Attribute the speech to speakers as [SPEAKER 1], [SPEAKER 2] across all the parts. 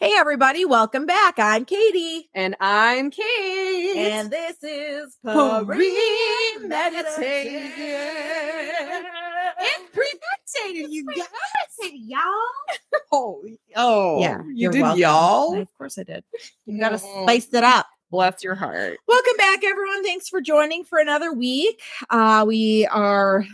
[SPEAKER 1] everybody, welcome back. I'm Katie.
[SPEAKER 2] And I'm Kate.
[SPEAKER 1] And this is
[SPEAKER 2] Parade
[SPEAKER 1] Meditated.
[SPEAKER 2] It's premeditated, you guys.
[SPEAKER 1] y'all.
[SPEAKER 2] Holy, oh,
[SPEAKER 1] Yeah,
[SPEAKER 2] you
[SPEAKER 1] you're
[SPEAKER 2] did,
[SPEAKER 1] welcome.
[SPEAKER 2] y'all.
[SPEAKER 1] Of course I did. You gotta
[SPEAKER 2] No.
[SPEAKER 1] spice it up.
[SPEAKER 2] Bless your heart.
[SPEAKER 1] Welcome back, everyone. Thanks for joining for another week. Uh, we are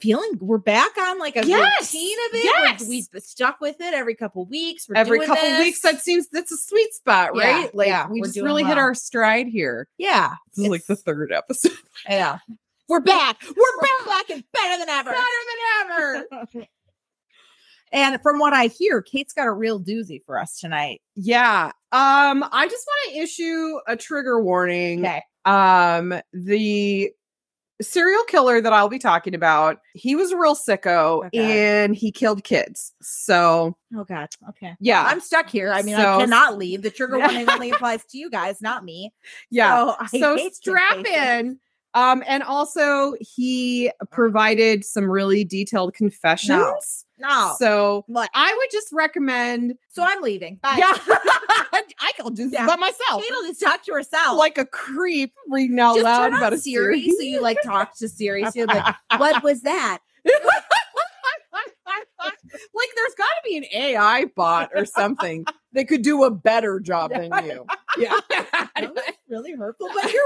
[SPEAKER 1] feeling we're back on like a
[SPEAKER 2] Yes.
[SPEAKER 1] routine of it.
[SPEAKER 2] Yes.
[SPEAKER 1] we have stuck with it every couple weeks. We're
[SPEAKER 2] Every
[SPEAKER 1] doing
[SPEAKER 2] couple
[SPEAKER 1] this.
[SPEAKER 2] weeks, that seems that's a sweet spot,
[SPEAKER 1] Yeah,
[SPEAKER 2] right? Like
[SPEAKER 1] yeah,
[SPEAKER 2] we
[SPEAKER 1] we're
[SPEAKER 2] just
[SPEAKER 1] doing
[SPEAKER 2] really hit
[SPEAKER 1] well.
[SPEAKER 2] our stride here.
[SPEAKER 1] yeah,
[SPEAKER 2] This is like the
[SPEAKER 1] It's-
[SPEAKER 2] third episode.
[SPEAKER 1] yeah. We're back. We're back and better than ever.
[SPEAKER 2] Better than ever.
[SPEAKER 1] And from what I hear, Kate's got a real doozy for us tonight.
[SPEAKER 2] yeah. Um, I just want to issue a trigger warning.
[SPEAKER 1] Okay.
[SPEAKER 2] um the serial killer that I'll be talking about, he was a real sicko
[SPEAKER 1] Okay.
[SPEAKER 2] and he killed kids. So
[SPEAKER 1] Oh God. Okay.
[SPEAKER 2] yeah,
[SPEAKER 1] I'm stuck here. I mean,
[SPEAKER 2] So-
[SPEAKER 1] I cannot leave. The trigger warning only applies to you guys, not me.
[SPEAKER 2] yeah.
[SPEAKER 1] So, I
[SPEAKER 2] So,
[SPEAKER 1] hate
[SPEAKER 2] strap
[SPEAKER 1] temptation.
[SPEAKER 2] in. Um, and also he provided some really detailed confessions.
[SPEAKER 1] No.
[SPEAKER 2] So
[SPEAKER 1] Look,
[SPEAKER 2] I would just recommend
[SPEAKER 1] so I'm leaving. Bye.
[SPEAKER 2] yeah. I can do this
[SPEAKER 1] Yeah.
[SPEAKER 2] by myself.
[SPEAKER 1] Kate'll just talk to herself.
[SPEAKER 2] Like a creep reading out
[SPEAKER 1] just
[SPEAKER 2] loud
[SPEAKER 1] turn
[SPEAKER 2] about
[SPEAKER 1] on
[SPEAKER 2] a
[SPEAKER 1] Siri,
[SPEAKER 2] series.
[SPEAKER 1] so you like talk to Siri. So you're like, what was that?
[SPEAKER 2] like there's got to be an AI bot or something that could do a better job than you. Yeah.
[SPEAKER 1] really hurtful, but you're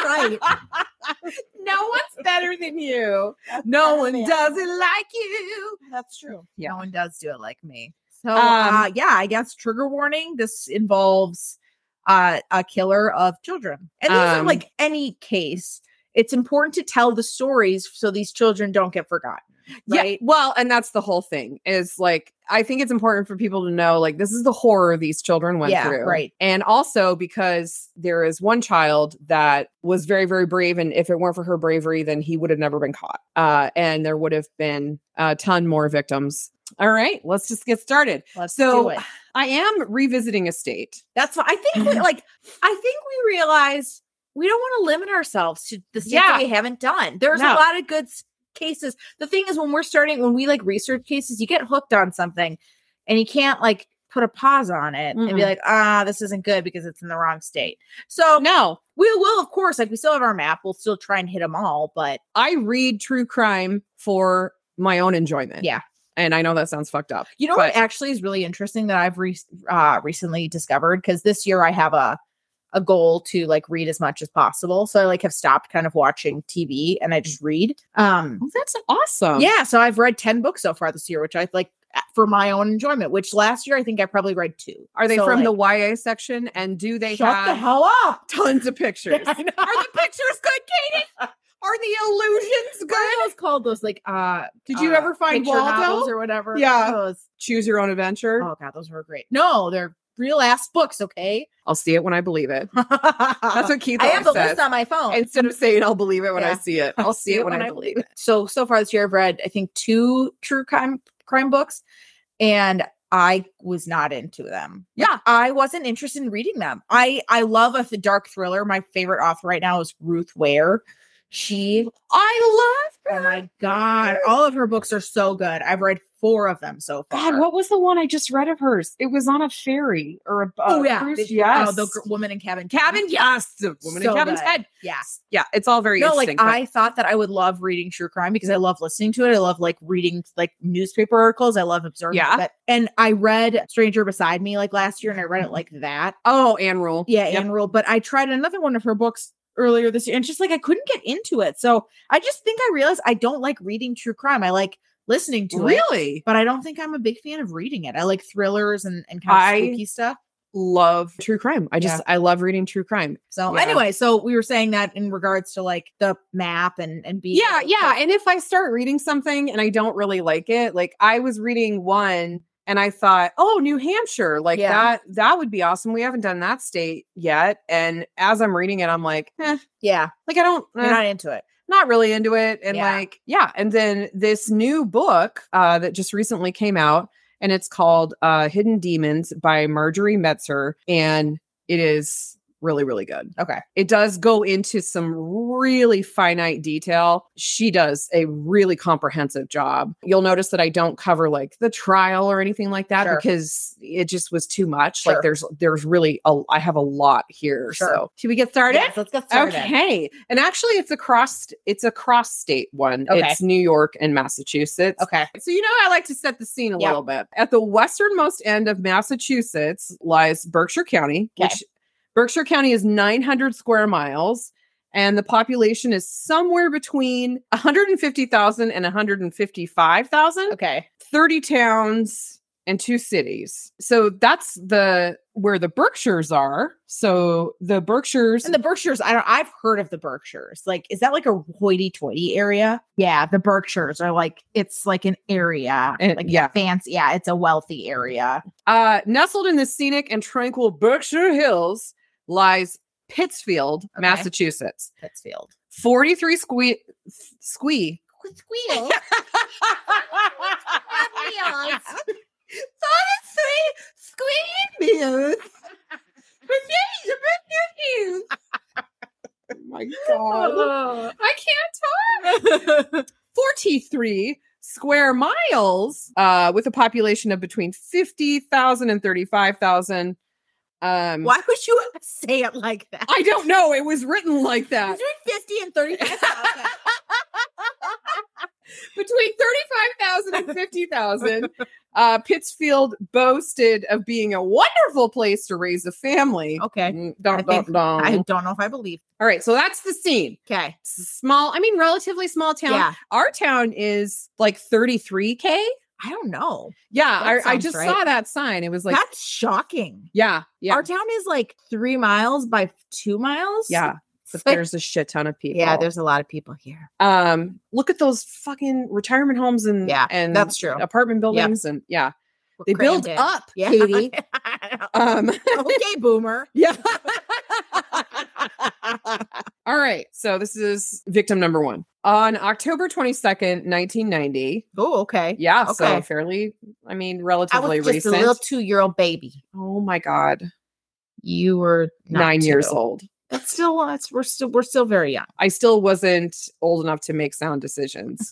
[SPEAKER 1] probably right.
[SPEAKER 2] no one's better than you. No one
[SPEAKER 1] Yeah.
[SPEAKER 2] does it like you.
[SPEAKER 1] That's true.
[SPEAKER 2] Yeah.
[SPEAKER 1] No one does do it like me. So
[SPEAKER 2] Um,
[SPEAKER 1] uh, yeah, I guess trigger warning. This involves uh, a killer of children, and these are
[SPEAKER 2] Um,
[SPEAKER 1] like any case. It's important to tell the stories so these children don't get forgotten. Right?
[SPEAKER 2] Yeah. Well, and that's the whole thing is like, I think it's important for people to know like, this is the horror these children went
[SPEAKER 1] Yeah,
[SPEAKER 2] through.
[SPEAKER 1] right.
[SPEAKER 2] And also because there is one child that was very, very brave. And if it weren't for her bravery, then he would have never been caught. Uh, and there would have been a ton more victims. All right. Let's just get started.
[SPEAKER 1] Let's
[SPEAKER 2] So-
[SPEAKER 1] do it.
[SPEAKER 2] I am revisiting a state.
[SPEAKER 1] That's what I think.
[SPEAKER 2] Mm-hmm.
[SPEAKER 1] We, like, I think we realized we don't want to limit ourselves to the stuff
[SPEAKER 2] Yeah.
[SPEAKER 1] that we haven't done. There's
[SPEAKER 2] No.
[SPEAKER 1] a lot of good s- cases. The thing is, when we're starting, when we like research cases, you get hooked on something, and you can't like put a pause on it and be
[SPEAKER 2] Mm-mm.
[SPEAKER 1] like, ah, this isn't good because it's in the wrong state. So
[SPEAKER 2] No,
[SPEAKER 1] we will, of course, like we still have our map. We'll still try and hit them all, but
[SPEAKER 2] I read true crime for my own enjoyment.
[SPEAKER 1] Yeah.
[SPEAKER 2] And I know that sounds fucked up.
[SPEAKER 1] You know
[SPEAKER 2] But-
[SPEAKER 1] what actually is really interesting that I've re- uh, recently discovered because this year I have a a goal to like read as much as possible. So I like have stopped kind of watching TV and I just read. Um
[SPEAKER 2] Oh, that's awesome.
[SPEAKER 1] yeah, so I've read 10 books so far this year, which I like for my own enjoyment, which last year I think I probably read two.
[SPEAKER 2] Are they
[SPEAKER 1] So,
[SPEAKER 2] from
[SPEAKER 1] like,
[SPEAKER 2] the YA section? And do they
[SPEAKER 1] shut
[SPEAKER 2] have
[SPEAKER 1] the hell up?
[SPEAKER 2] tons of pictures?
[SPEAKER 1] I know.
[SPEAKER 2] Are the pictures good, Katie? Are the illusions
[SPEAKER 1] What are
[SPEAKER 2] good?
[SPEAKER 1] those called those like uh
[SPEAKER 2] Did you
[SPEAKER 1] uh,
[SPEAKER 2] ever find
[SPEAKER 1] picture
[SPEAKER 2] Waldo?
[SPEAKER 1] novels or whatever?
[SPEAKER 2] Yeah.
[SPEAKER 1] Those-
[SPEAKER 2] Choose your own adventure.
[SPEAKER 1] Oh god, those were great. No, they're real ass books, okay?
[SPEAKER 2] I'll see it when I believe it. That's
[SPEAKER 1] That's
[SPEAKER 2] what Keith
[SPEAKER 1] I have the
[SPEAKER 2] always says.
[SPEAKER 1] list on my phone.
[SPEAKER 2] Instead of saying I'll believe it when I
[SPEAKER 1] Yeah.
[SPEAKER 2] see it, I'll see it when I believe it.
[SPEAKER 1] So so far this year, I've read I think two true crime crime books, and I was not into them.
[SPEAKER 2] Yeah.
[SPEAKER 1] I wasn't interested in reading them. I I love a th- dark thriller. My favorite author right now is Ruth Ware. She
[SPEAKER 2] I love
[SPEAKER 1] oh my god, all of her books are so good. I've read four of them so far.
[SPEAKER 2] God, what was the one I just read of hers? It was on a ferry or a
[SPEAKER 1] oh
[SPEAKER 2] uh,
[SPEAKER 1] yeah,
[SPEAKER 2] cruise.
[SPEAKER 1] Did-
[SPEAKER 2] yes.
[SPEAKER 1] oh, the gr- woman in cabin
[SPEAKER 2] cabin. Yes, the woman
[SPEAKER 1] So
[SPEAKER 2] in cabin's
[SPEAKER 1] good.
[SPEAKER 2] head.
[SPEAKER 1] Yeah.
[SPEAKER 2] Yeah, it's all very
[SPEAKER 1] no, like
[SPEAKER 2] interesting. but-
[SPEAKER 1] I thought that I would love reading true crime because I love listening to it. I love like reading like newspaper articles. I love absorbing.
[SPEAKER 2] Yeah.
[SPEAKER 1] that. And I read Stranger Beside Me like last year, and I read it like that.
[SPEAKER 2] oh, Anne Rule.
[SPEAKER 1] Yeah,
[SPEAKER 2] Yep.
[SPEAKER 1] Anne Rule. But I tried another one of her books earlier this year, and just like I couldn't get into it. So I just think I realized I don't like reading true crime. I like listening to it,
[SPEAKER 2] really
[SPEAKER 1] but I don't think I'm a big fan of reading it. I like thrillers and and kind of
[SPEAKER 2] I-
[SPEAKER 1] spooky stuff.
[SPEAKER 2] love true crime. I just I love reading true crime.
[SPEAKER 1] So
[SPEAKER 2] Yeah.
[SPEAKER 1] anyway, so we were saying that in regards to like the map and and being
[SPEAKER 2] Yeah,
[SPEAKER 1] able to-
[SPEAKER 2] yeah. And if I start reading something and I don't really like it, like I was reading one and I thought, oh, New Hampshire, like
[SPEAKER 1] Yeah.
[SPEAKER 2] that that would be awesome. We haven't done that state yet. And as I'm reading it, I'm like, eh,
[SPEAKER 1] yeah.
[SPEAKER 2] like I don't eh,
[SPEAKER 1] You're not into it.
[SPEAKER 2] not really into it and
[SPEAKER 1] Yeah.
[SPEAKER 2] like yeah and then this new book uh, that just recently came out and it's called uh, hidden demons by marjorie metzer and it is really, really good.
[SPEAKER 1] Okay.
[SPEAKER 2] It does go into some really finite detail. She does a really comprehensive job. You'll notice that I don't cover like the trial or anything like that
[SPEAKER 1] Sure.
[SPEAKER 2] because it just was too much.
[SPEAKER 1] Sure.
[SPEAKER 2] Like there's there's really a I have a lot here.
[SPEAKER 1] Sure.
[SPEAKER 2] So should we get started?
[SPEAKER 1] Yes, let's get started.
[SPEAKER 2] Okay. And actually it's a cross it's a cross state one.
[SPEAKER 1] Okay.
[SPEAKER 2] It's New York and Massachusetts.
[SPEAKER 1] Okay.
[SPEAKER 2] So you know I like to set the scene a
[SPEAKER 1] Yeah.
[SPEAKER 2] little bit. At the westernmost end of Massachusetts lies Berkshire County,
[SPEAKER 1] Okay.
[SPEAKER 2] which Berkshire County is 900 square miles and the population is somewhere between 150,000 and 155,000.
[SPEAKER 1] Okay.
[SPEAKER 2] 30 towns and two cities. So that's the where the Berkshires are. So the Berkshires
[SPEAKER 1] And the Berkshires, I don't I've heard of the Berkshires. Like, is that like a hoity toity area? Yeah, the Berkshires are like it's like an area.
[SPEAKER 2] And-
[SPEAKER 1] like Eh,
[SPEAKER 2] yeah.
[SPEAKER 1] yeah. fancy. Yeah, it's a wealthy area.
[SPEAKER 2] Uh, nestled in the scenic and tranquil Berkshire Hills lies Pittsfield,
[SPEAKER 1] Okay.
[SPEAKER 2] Massachusetts.
[SPEAKER 1] Pittsfield.
[SPEAKER 2] 43 sque- squee.
[SPEAKER 1] Squeal.
[SPEAKER 2] 43 squee meals. Oh my God.
[SPEAKER 1] Oh.
[SPEAKER 2] I can't talk. 43 square miles uh, with a population of between 50,000 and 35,000. Um,
[SPEAKER 1] Why would you say it like that?
[SPEAKER 2] I don't know. It was written like that.
[SPEAKER 1] Between 50 and 35,000.
[SPEAKER 2] Between 35,000 and 50,000, uh, Pittsfield boasted of being a wonderful place to raise a family.
[SPEAKER 1] okay.
[SPEAKER 2] Mm, dun,
[SPEAKER 1] I
[SPEAKER 2] dun,
[SPEAKER 1] think
[SPEAKER 2] dun.
[SPEAKER 1] I don't know if I believe.
[SPEAKER 2] All right. So that's the scene.
[SPEAKER 1] Okay.
[SPEAKER 2] It's a small, I mean, relatively small town.
[SPEAKER 1] Yeah.
[SPEAKER 2] Our town is like 33K.
[SPEAKER 1] I don't know.
[SPEAKER 2] Yeah,
[SPEAKER 1] That
[SPEAKER 2] I, I
[SPEAKER 1] sounds
[SPEAKER 2] just
[SPEAKER 1] right.
[SPEAKER 2] saw that sign. It was like,
[SPEAKER 1] That's shocking.
[SPEAKER 2] yeah, yeah,
[SPEAKER 1] Our town is like three miles by two miles.
[SPEAKER 2] yeah. But
[SPEAKER 1] It's like-
[SPEAKER 2] there's a shit ton of people.
[SPEAKER 1] yeah, there's a lot of people here.
[SPEAKER 2] um. Look at those fucking retirement homes and
[SPEAKER 1] Yeah,
[SPEAKER 2] and
[SPEAKER 1] that's true.
[SPEAKER 2] apartment buildings and yeah,
[SPEAKER 1] We're
[SPEAKER 2] they build
[SPEAKER 1] crammed in.
[SPEAKER 2] up,
[SPEAKER 1] Yeah.
[SPEAKER 2] Katie. Um.
[SPEAKER 1] okay, boomer.
[SPEAKER 2] Yeah. All right. So this is victim number one on October twenty second, nineteen ninety.
[SPEAKER 1] Oh, okay.
[SPEAKER 2] Yeah. So
[SPEAKER 1] Okay.
[SPEAKER 2] fairly, I mean,
[SPEAKER 1] I
[SPEAKER 2] relatively
[SPEAKER 1] was just
[SPEAKER 2] recent.
[SPEAKER 1] a little two-year-old baby.
[SPEAKER 2] oh my god,
[SPEAKER 1] You were not
[SPEAKER 2] nine years
[SPEAKER 1] two.
[SPEAKER 2] old.
[SPEAKER 1] That's still that's we're still we're still very young.
[SPEAKER 2] I still wasn't old enough to make sound decisions.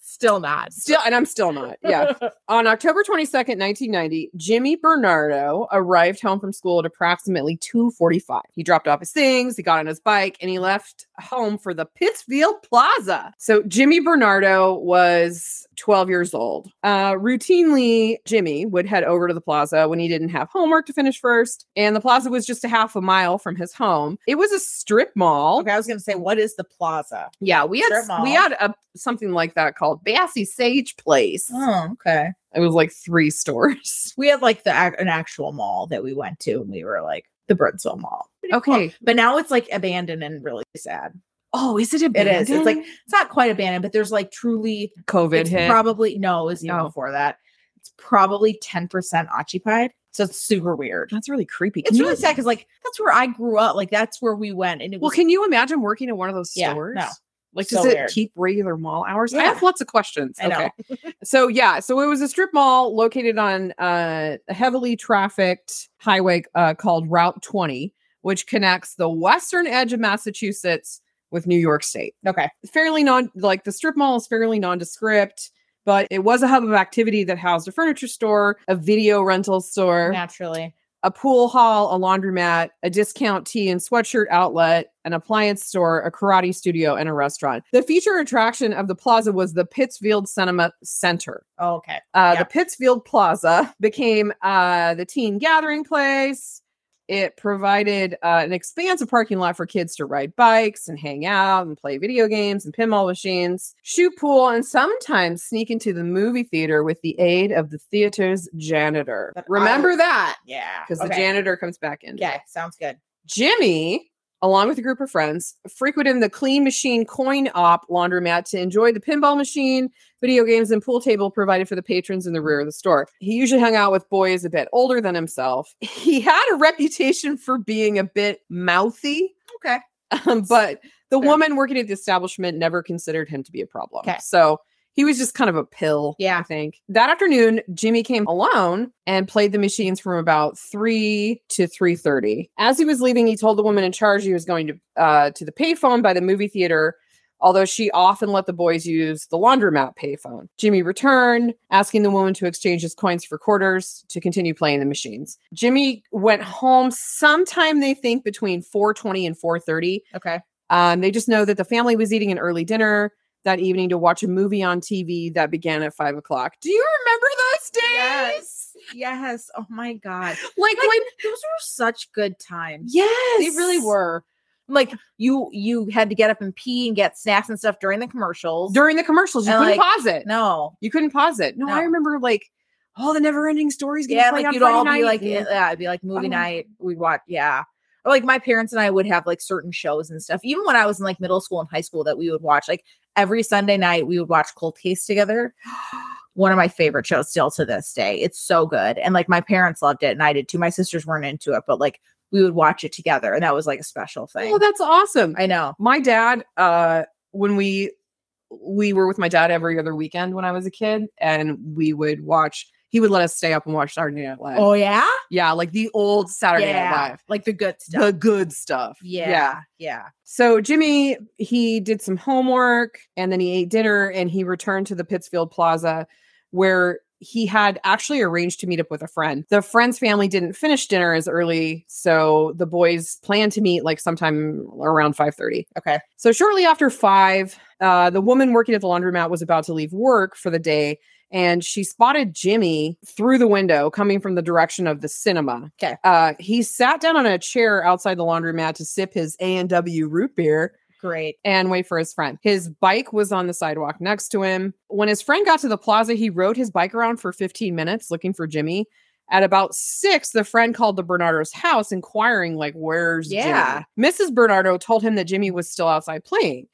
[SPEAKER 1] still not.
[SPEAKER 2] Still, and I'm still not. Yeah. On October 22nd, 1990, Jimmy Bernardo arrived home from school at approximately 2:45. He dropped off his things, he got on his bike, and he left home for the Pittsfield Plaza. So Jimmy Bernardo was 12 years old. Uh, routinely, Jimmy would head over to the plaza when he didn't have homework to finish first, and the plaza was just a half a mile from his home. It was a strip mall.
[SPEAKER 1] okay, I was gonna say, what is the plaza?
[SPEAKER 2] Yeah, we had
[SPEAKER 1] Strip
[SPEAKER 2] s- we
[SPEAKER 1] mall.
[SPEAKER 2] had a something like that called Bassy Sage Place.
[SPEAKER 1] Oh, okay.
[SPEAKER 2] It was like three stores.
[SPEAKER 1] We had like the ac- an actual mall that we went to, and we were like the Brentsville Mall. Pretty cool.
[SPEAKER 2] Okay.
[SPEAKER 1] but now it's like abandoned and really sad.
[SPEAKER 2] Oh, is it
[SPEAKER 1] It is. It's like
[SPEAKER 2] abandoned?
[SPEAKER 1] it's not quite abandoned, but there's like truly.
[SPEAKER 2] COVID
[SPEAKER 1] It's
[SPEAKER 2] hit.
[SPEAKER 1] probably no. It was even
[SPEAKER 2] Oh.
[SPEAKER 1] before that. It's probably ten percent occupied. So it's super weird.
[SPEAKER 2] that's really creepy. Can
[SPEAKER 1] It's
[SPEAKER 2] you
[SPEAKER 1] really sad because like that's where I grew up. Like that's where we went, and it
[SPEAKER 2] Well,
[SPEAKER 1] was
[SPEAKER 2] can you imagine working in one of those
[SPEAKER 1] Yeah,
[SPEAKER 2] stores?
[SPEAKER 1] no.
[SPEAKER 2] Like,
[SPEAKER 1] So
[SPEAKER 2] does it
[SPEAKER 1] weird.
[SPEAKER 2] keep regular mall hours? I
[SPEAKER 1] Yeah.
[SPEAKER 2] have lots of questions.
[SPEAKER 1] I know.
[SPEAKER 2] so yeah, so it was a strip mall located on uh, a heavily trafficked highway uh, called Route 20, which connects the western edge of Massachusetts with New York State.
[SPEAKER 1] okay.
[SPEAKER 2] fairly non like the strip mall is fairly nondescript but it was a hub of activity that housed a furniture store a video rental store
[SPEAKER 1] Naturally,
[SPEAKER 2] a pool hall a laundromat a discount tea and sweatshirt outlet an appliance store a karate studio and a restaurant the feature attraction of the plaza was the pittsfield cinema center
[SPEAKER 1] oh, okay.
[SPEAKER 2] uh,
[SPEAKER 1] Yeah.
[SPEAKER 2] the Pittsfield Plaza became uh, the teen gathering place. It provided uh, an expansive parking lot for kids to ride bikes and hang out and play video games and pinball machines, shoot pool, and sometimes sneak into the movie theater with the aid of the theater's janitor.
[SPEAKER 1] But I-
[SPEAKER 2] Remember that
[SPEAKER 1] Yeah,
[SPEAKER 2] because the
[SPEAKER 1] okay.
[SPEAKER 2] janitor comes back in.
[SPEAKER 1] Okay, sounds good.
[SPEAKER 2] Jimmy, along with a group of friends, frequented the Clean Machine Coin Op laundromat to enjoy the pinball machine, video games, and pool table provided for the patrons in the rear of the store. He usually hung out with boys a bit older than himself. He had a reputation for being a bit mouthy,
[SPEAKER 1] Okay.
[SPEAKER 2] um, but the
[SPEAKER 1] Fair.
[SPEAKER 2] woman working at the establishment never considered him to be a problem.
[SPEAKER 1] Okay.
[SPEAKER 2] So He was just kind of a pill.
[SPEAKER 1] Yeah.
[SPEAKER 2] I think. That afternoon, Jimmy came alone and played the machines from about 3 to 3:30. As he was leaving, he told the woman in charge he was going to uh to the payphone by the movie theater. Although she often let the boys use the laundromat payphone. Jimmy returned, asking the woman to exchange his coins for quarters to continue playing the machines. Jimmy went home sometime they think between 4:20 and 4:30
[SPEAKER 1] Okay.
[SPEAKER 2] um, they just know that the family was eating an early dinner that evening to watch a movie on TV that began at five o'clock. Do you remember those days?
[SPEAKER 1] Yes. Yes. Oh my God. Like,
[SPEAKER 2] Like, when?
[SPEAKER 1] those were such good times.
[SPEAKER 2] Yes,
[SPEAKER 1] They really were. Like you you had to get up and pee and get snacks and stuff during the commercials.
[SPEAKER 2] during the commercials. You
[SPEAKER 1] And,
[SPEAKER 2] couldn't
[SPEAKER 1] like,
[SPEAKER 2] pause it.
[SPEAKER 1] no.
[SPEAKER 2] You couldn't pause it. No, I
[SPEAKER 1] No.
[SPEAKER 2] remember like all the never-ending stories. getting
[SPEAKER 1] Yeah,
[SPEAKER 2] played
[SPEAKER 1] like
[SPEAKER 2] on
[SPEAKER 1] you'd
[SPEAKER 2] Friday
[SPEAKER 1] all be
[SPEAKER 2] night
[SPEAKER 1] like, eh, Uh-huh.
[SPEAKER 2] and-
[SPEAKER 1] yeah, it'd be like movie
[SPEAKER 2] Oh.
[SPEAKER 1] night. We watch, yeah. Or, Like my parents and I would have like certain shows and stuff. Even when I was in like middle school and high school, that we would watch. Like every Sunday night, we would watch Cold Case together. One of my favorite shows still to this day. It's so good, and like my parents loved it, and I did too. My sisters weren't into it, but like we would watch it together, and that was eh, like a special thing.
[SPEAKER 2] oh, that's awesome.
[SPEAKER 1] I know.
[SPEAKER 2] my dad uh when we we were with my dad every other weekend when i was a kid and we would watch he would let us stay up and watch saturday night live
[SPEAKER 1] Oh yeah,
[SPEAKER 2] yeah like the old saturday night
[SPEAKER 1] yeah,
[SPEAKER 2] live
[SPEAKER 1] like the good stuff.
[SPEAKER 2] the good stuff
[SPEAKER 1] yeah, yeah, yeah.
[SPEAKER 2] so jimmy he did some homework and then he ate dinner and he returned to the pittsfield plaza where he had actually arranged to meet up with a friend the friend's family didn't finish dinner as early so the boys planned to meet like sometime around 5.30
[SPEAKER 1] Okay.
[SPEAKER 2] so shortly after five, uh, the woman working at the laundromat was about to leave work for the day, and she spotted Jimmy through the window coming from the direction of the cinema.
[SPEAKER 1] 'Kay.
[SPEAKER 2] Uh, he sat down on a chair outside the laundromat to sip his A and W root beer
[SPEAKER 1] Great.
[SPEAKER 2] and wait for his friend. His bike was on the sidewalk next to him. When his friend got to the plaza, he rode his bike around for 15 minutes looking for Jimmy. At about six, the friend called the Bernardo's house, inquiring, like, where's
[SPEAKER 1] Yeah.
[SPEAKER 2] Jimmy? Mrs. Bernardo told him that Jimmy was still outside playing.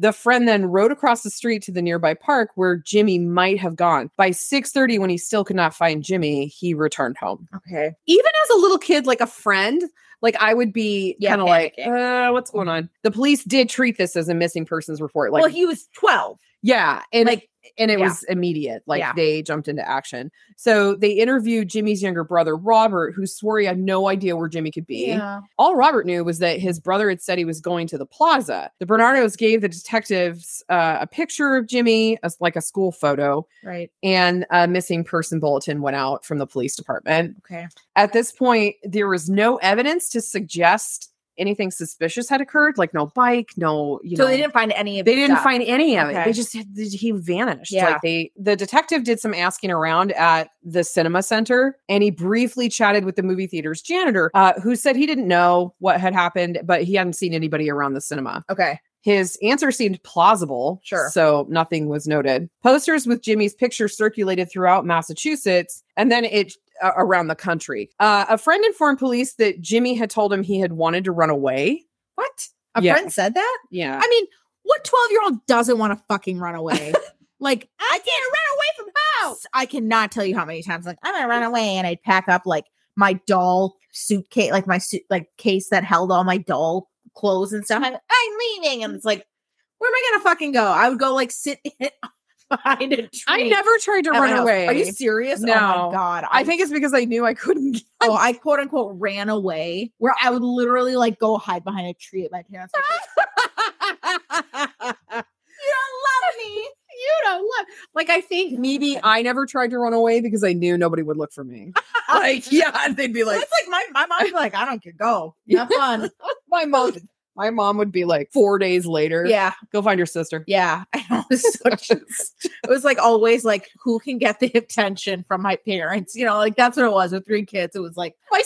[SPEAKER 2] The friend then rode across the street to the nearby park where Jimmy might have gone. By 6:30, when he still could not find Jimmy, he returned home
[SPEAKER 1] Okay.
[SPEAKER 2] even as a little kid, like a friend, like I would be
[SPEAKER 1] Yeah,
[SPEAKER 2] kind of like,
[SPEAKER 1] panicking.
[SPEAKER 2] uh, what's going on? The police did treat this as a missing persons report. Like,
[SPEAKER 1] well, he was twelve.
[SPEAKER 2] yeah. And like,
[SPEAKER 1] Like,
[SPEAKER 2] and it
[SPEAKER 1] yeah.
[SPEAKER 2] was immediate. Like
[SPEAKER 1] Yeah.
[SPEAKER 2] they jumped into action. So they interviewed Jimmy's younger brother, Robert, who swore he had no idea where Jimmy could be. All Robert knew was that his brother had said he was going to the plaza. The Bernardos gave the detectives uh, a picture of Jimmy as like a school photo,
[SPEAKER 1] Right.
[SPEAKER 2] and a missing person bulletin went out from the police department.
[SPEAKER 1] Okay.
[SPEAKER 2] At this point, there was no evidence to suggest anything suspicious had occurred, like no bike, no, you
[SPEAKER 1] so
[SPEAKER 2] know.
[SPEAKER 1] they didn't find any of
[SPEAKER 2] they
[SPEAKER 1] his
[SPEAKER 2] didn't
[SPEAKER 1] stuff.
[SPEAKER 2] find any of it. They
[SPEAKER 1] Okay.
[SPEAKER 2] just had- th- he vanished.
[SPEAKER 1] Yeah.
[SPEAKER 2] Like they the detective did some asking around at the cinema center and he briefly chatted with the movie theater's janitor uh, who said he didn't know what had happened, but he hadn't seen anybody around the cinema.
[SPEAKER 1] Okay.
[SPEAKER 2] His answer seemed plausible.
[SPEAKER 1] Sure.
[SPEAKER 2] So nothing was noted. Posters with Jimmy's picture circulated throughout Massachusetts and then it uh, around the country. Uh, a friend informed police that Jimmy had told him he had wanted to run away.
[SPEAKER 1] What? A
[SPEAKER 2] Yeah.
[SPEAKER 1] friend said that?
[SPEAKER 2] Yeah.
[SPEAKER 1] I mean, what 12 year old doesn't want to fucking run away? like, I can't run away from house. I cannot tell you how many times, like, I'm going to run away. And I'd pack up, like, my doll suitcase, like my suit, like case that held all my doll clothes and stuff. I'm, I'm leaving. And it's like, where am I going to fucking go? I would go, like, sit in- behind a tree.
[SPEAKER 2] I never tried to
[SPEAKER 1] at my
[SPEAKER 2] run
[SPEAKER 1] house.
[SPEAKER 2] away.
[SPEAKER 1] Are you serious? Oh,
[SPEAKER 2] No.
[SPEAKER 1] my God.
[SPEAKER 2] I think it's because I knew I couldn't.
[SPEAKER 1] oh, I quote unquote ran away where I would literally like go hide behind a tree at my parents' house. you don't love me. You don't love. Like I think
[SPEAKER 2] Maybe I never tried to run away because I knew nobody would look for me. like, yeah, they'd be like,
[SPEAKER 1] that's like my my mom's like I don't care. Go have fun.
[SPEAKER 2] my mom. My mom would be like, four days later,
[SPEAKER 1] yeah,
[SPEAKER 2] go find your sister.
[SPEAKER 1] yeah. I know. It was, so true. it was like always like who can get the attention from my parents. You know, like that's what it was with three kids. It was like
[SPEAKER 2] My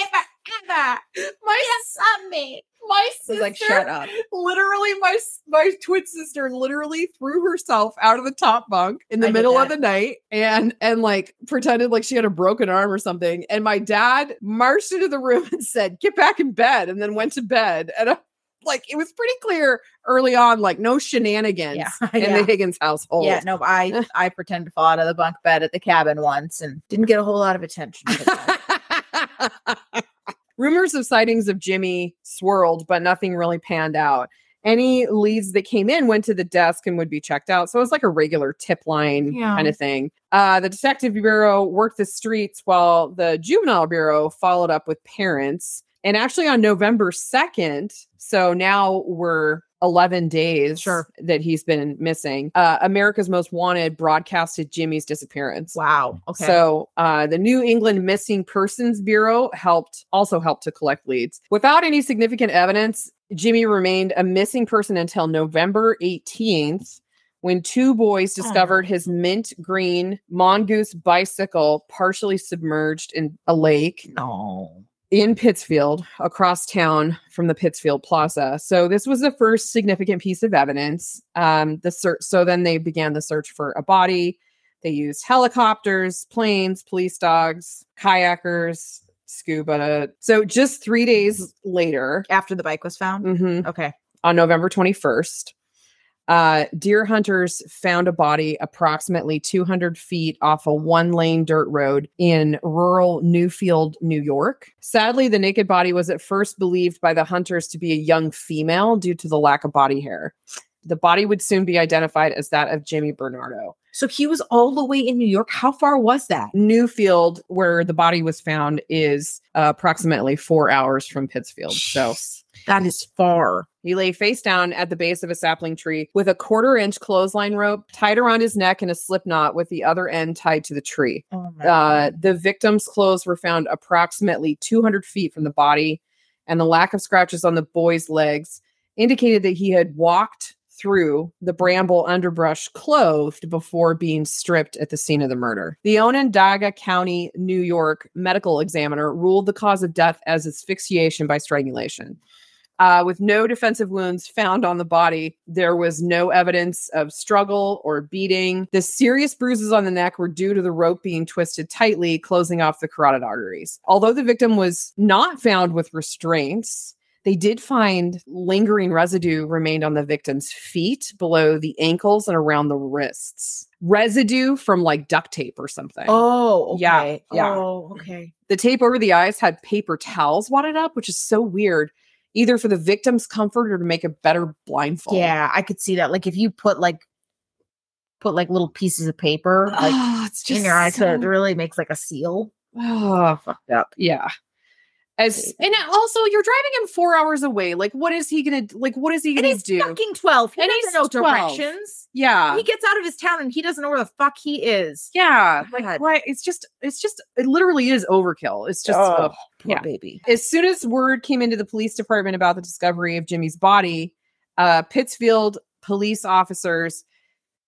[SPEAKER 1] away forever. My son me.
[SPEAKER 2] my
[SPEAKER 1] It was like shut up.
[SPEAKER 2] Literally, my s- my twin sister literally threw herself out of the top bunk in the
[SPEAKER 1] I did
[SPEAKER 2] middle of
[SPEAKER 1] that.
[SPEAKER 2] the night and and like pretended like she had a broken arm or something. And my dad marched into the room and said, "Get back in bed," and then went to bed. And I, like it was pretty clear early on, like no shenanigans
[SPEAKER 1] Yeah,
[SPEAKER 2] in
[SPEAKER 1] yeah.
[SPEAKER 2] the Higgins household.
[SPEAKER 1] Yeah, no, I I pretended to fall out of the bunk bed at the cabin once and didn't get a whole lot of attention. for that.
[SPEAKER 2] Rumors of sightings of Jimmy swirled, but nothing really panned out. any leads that came in went to the desk and would be checked out. So it was like a regular tip line
[SPEAKER 1] Yeah.
[SPEAKER 2] kind of thing. Uh, the detective bureau worked the streets while the juvenile bureau followed up with parents. And actually, on November 2nd, so now we're 11 days
[SPEAKER 1] Sure.
[SPEAKER 2] that he's been missing, uh, America's Most Wanted broadcasted Jimmy's disappearance.
[SPEAKER 1] Wow. Okay.
[SPEAKER 2] So uh, the New England Missing Persons Bureau helped also helped to collect leads. Without any significant evidence, Jimmy remained a missing person until November 18th when two boys discovered his mint green mongoose bicycle partially submerged in a lake
[SPEAKER 1] no.
[SPEAKER 2] in Pittsfield across town from the Pittsfield Plaza. So this was the first significant piece of evidence. Um, the search. So then they began the search for a body. They used helicopters, planes, police dogs, kayakers, scuba. So just three days later,
[SPEAKER 1] After the bike was found.
[SPEAKER 2] mhm,
[SPEAKER 1] Okay.
[SPEAKER 2] on November 21st, uh, deer hunters found a body approximately 200 feet off a one lane dirt road in rural Newfield, New York. Sadly, the naked body was at first believed by the hunters to be a young female due to the lack of body hair. The body would soon be identified as that of Jimmy Bernardo.
[SPEAKER 1] So he was all the way in New York. How far was that?
[SPEAKER 2] Newfield, where the body was found, is uh, approximately four hours from Pittsfield. So
[SPEAKER 1] Jeez, that is far.
[SPEAKER 2] He lay face down at the base of a sapling tree with a quarter inch clothesline rope tied around his neck and a slip knot with the other end tied to the tree.
[SPEAKER 1] Oh my
[SPEAKER 2] Uh,
[SPEAKER 1] God.
[SPEAKER 2] the victim's clothes were found approximately 200 feet from the body, and the lack of scratches on the boy's legs indicated that he had walked through the bramble underbrush clothed before being stripped at the scene of the murder. The Onondaga County, New York medical examiner ruled the cause of death as asphyxiation by strangulation. Uh, with no defensive wounds found on the body, there was no evidence of struggle or beating. The serious bruises on the neck were due to the rope being twisted tightly, closing off the carotid arteries. Although the victim was not found with restraints, they did find lingering residue remained on the victim's feet, below the ankles, and around the wrists. Residue from like duct tape or something.
[SPEAKER 1] oh, okay.
[SPEAKER 2] yeah, yeah.
[SPEAKER 1] Oh, okay.
[SPEAKER 2] The tape over the eyes had paper towels wadded up, which is so weird, either for the victim's comfort or to make a better blindfold.
[SPEAKER 1] Yeah, I could see that. Like if you put like put like little pieces of paper like
[SPEAKER 2] oh, it's just
[SPEAKER 1] in your eye, so
[SPEAKER 2] so-
[SPEAKER 1] it really makes like a seal.
[SPEAKER 2] oh,
[SPEAKER 1] Fucked up.
[SPEAKER 2] yeah. As and it- also, you're driving him four hours away. Like, what is he gonna like? What is he
[SPEAKER 1] And
[SPEAKER 2] gonna
[SPEAKER 1] he's
[SPEAKER 2] do?
[SPEAKER 1] fucking twelve. He
[SPEAKER 2] And
[SPEAKER 1] doesn't
[SPEAKER 2] he's
[SPEAKER 1] know
[SPEAKER 2] 12.
[SPEAKER 1] directions.
[SPEAKER 2] yeah,
[SPEAKER 1] he gets out of his town and he doesn't know where the fuck he is.
[SPEAKER 2] yeah.
[SPEAKER 1] God.
[SPEAKER 2] Like, what? It's just, it's just, it literally is overkill. It's just. ugh.
[SPEAKER 1] poor
[SPEAKER 2] yeah.
[SPEAKER 1] baby.
[SPEAKER 2] as soon as word came into the police department about the discovery of Jimmy's body, uh, Pittsfield police officers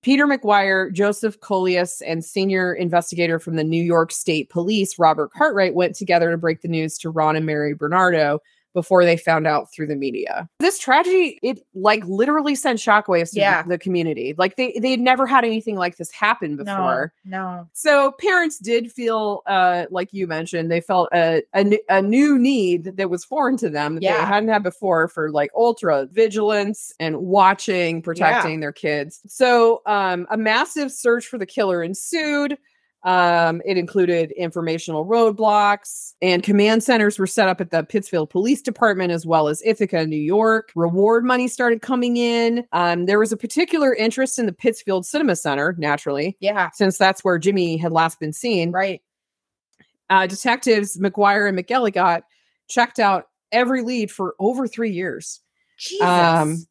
[SPEAKER 2] Peter McGuire, Joseph Colias, and senior investigator from the New York State Police, Robert Cartwright, went together to break the news to Ron and Mary Bernardo before they found out through the media. This tragedy, it like literally sent shockwaves to
[SPEAKER 1] Yeah.
[SPEAKER 2] the community. Like they they'd never had anything like this happen before.
[SPEAKER 1] No,
[SPEAKER 2] So parents did feel, uh, like you mentioned, they felt a, a, n- a new need that was foreign to them that
[SPEAKER 1] Yeah.
[SPEAKER 2] they hadn't had before for like ultra vigilance and watching, protecting their kids. So um, a massive search for the killer ensued. Um, it included informational roadblocks and command centers were set up at the Pittsfield Police Department as well as Ithaca, New York. Reward money started coming in. Um, there was a particular interest in the Pittsfield Cinema Center, naturally,
[SPEAKER 1] yeah,
[SPEAKER 2] since that's where Jimmy had last been seen.
[SPEAKER 1] right.
[SPEAKER 2] Uh, detectives McGuire and McGilligot checked out every lead for over three years. Um,
[SPEAKER 1] Jesus.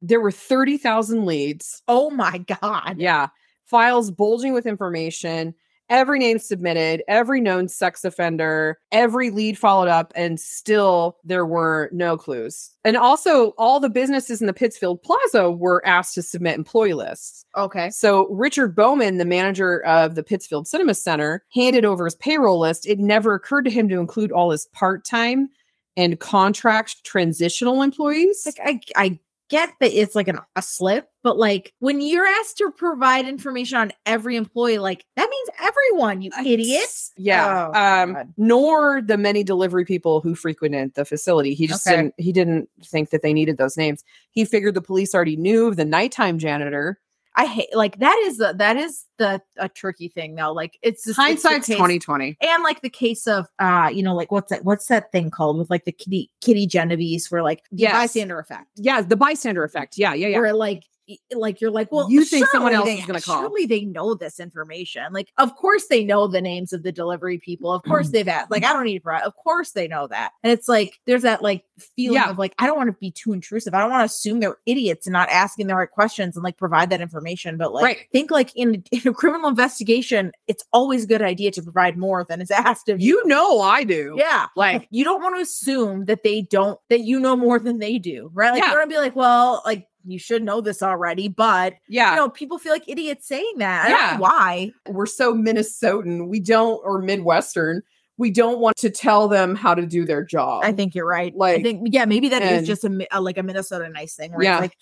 [SPEAKER 2] There were 30,000 leads.
[SPEAKER 1] oh my god.
[SPEAKER 2] Yeah. Files bulging with information, every name submitted, every known sex offender, every lead followed up, and still there were no clues. And also, all the businesses in the Pittsfield Plaza were asked to submit employee lists.
[SPEAKER 1] Okay.
[SPEAKER 2] So Richard Bowman, the manager of the Pittsfield Cinema Center, handed over his payroll list. It never occurred to him to include all his part-time and contract transitional employees.
[SPEAKER 1] It's like I I get that it's like an, a slip, but like when you're asked to provide information on every employee, like that means everyone, you idiot.
[SPEAKER 2] It's- Yeah.
[SPEAKER 1] Oh, God.
[SPEAKER 2] um, nor the many delivery people who frequented the facility. He just
[SPEAKER 1] Okay.
[SPEAKER 2] didn't he didn't think that they needed those names. He figured the police already knew of the nighttime janitor.
[SPEAKER 1] I hate like that is the that is the a turkey thing though. Like it's just, it's the
[SPEAKER 2] Hindsight's
[SPEAKER 1] case-
[SPEAKER 2] twenty twenty.
[SPEAKER 1] And like the case of uh, you know, like what's that what's that thing called with like the kitty kitty Genovese where like the
[SPEAKER 2] Yes.
[SPEAKER 1] bystander effect.
[SPEAKER 2] Yeah, the bystander effect. Yeah, yeah, yeah.
[SPEAKER 1] Where like y- like you're like, well,
[SPEAKER 2] You think someone
[SPEAKER 1] surely
[SPEAKER 2] else is gonna call.
[SPEAKER 1] Surely they know this information. Like, of course they know the names of the delivery people. Of
[SPEAKER 2] Mm-hmm.
[SPEAKER 1] course they've asked. Like, I don't need to. Of course they know that. And it's like there's that like feeling
[SPEAKER 2] Yeah.
[SPEAKER 1] of like I don't want to be too intrusive. I don't want to assume they're idiots and not asking the right questions and like provide that information. But like
[SPEAKER 2] Right.
[SPEAKER 1] think like in, in a criminal investigation, it's always a good idea to provide more than is asked of you.
[SPEAKER 2] You know I do.
[SPEAKER 1] Yeah
[SPEAKER 2] Like
[SPEAKER 1] you don't want to assume that they don't that you know more than they do, right? Like
[SPEAKER 2] Yeah.
[SPEAKER 1] you want to be like, well, like you should know this already, but
[SPEAKER 2] yeah.
[SPEAKER 1] you know, people feel like idiots saying that. I don't know
[SPEAKER 2] Yeah.
[SPEAKER 1] why?
[SPEAKER 2] we're so Minnesotan. We don't, or Midwestern, we don't want to tell them how to do their job.
[SPEAKER 1] I think you're right. I
[SPEAKER 2] Um, Like,
[SPEAKER 1] think yeah, maybe that is
[SPEAKER 2] and-
[SPEAKER 1] just a, Mi- a like a Minnesota nice thing. Where
[SPEAKER 2] Yeah.
[SPEAKER 1] it's like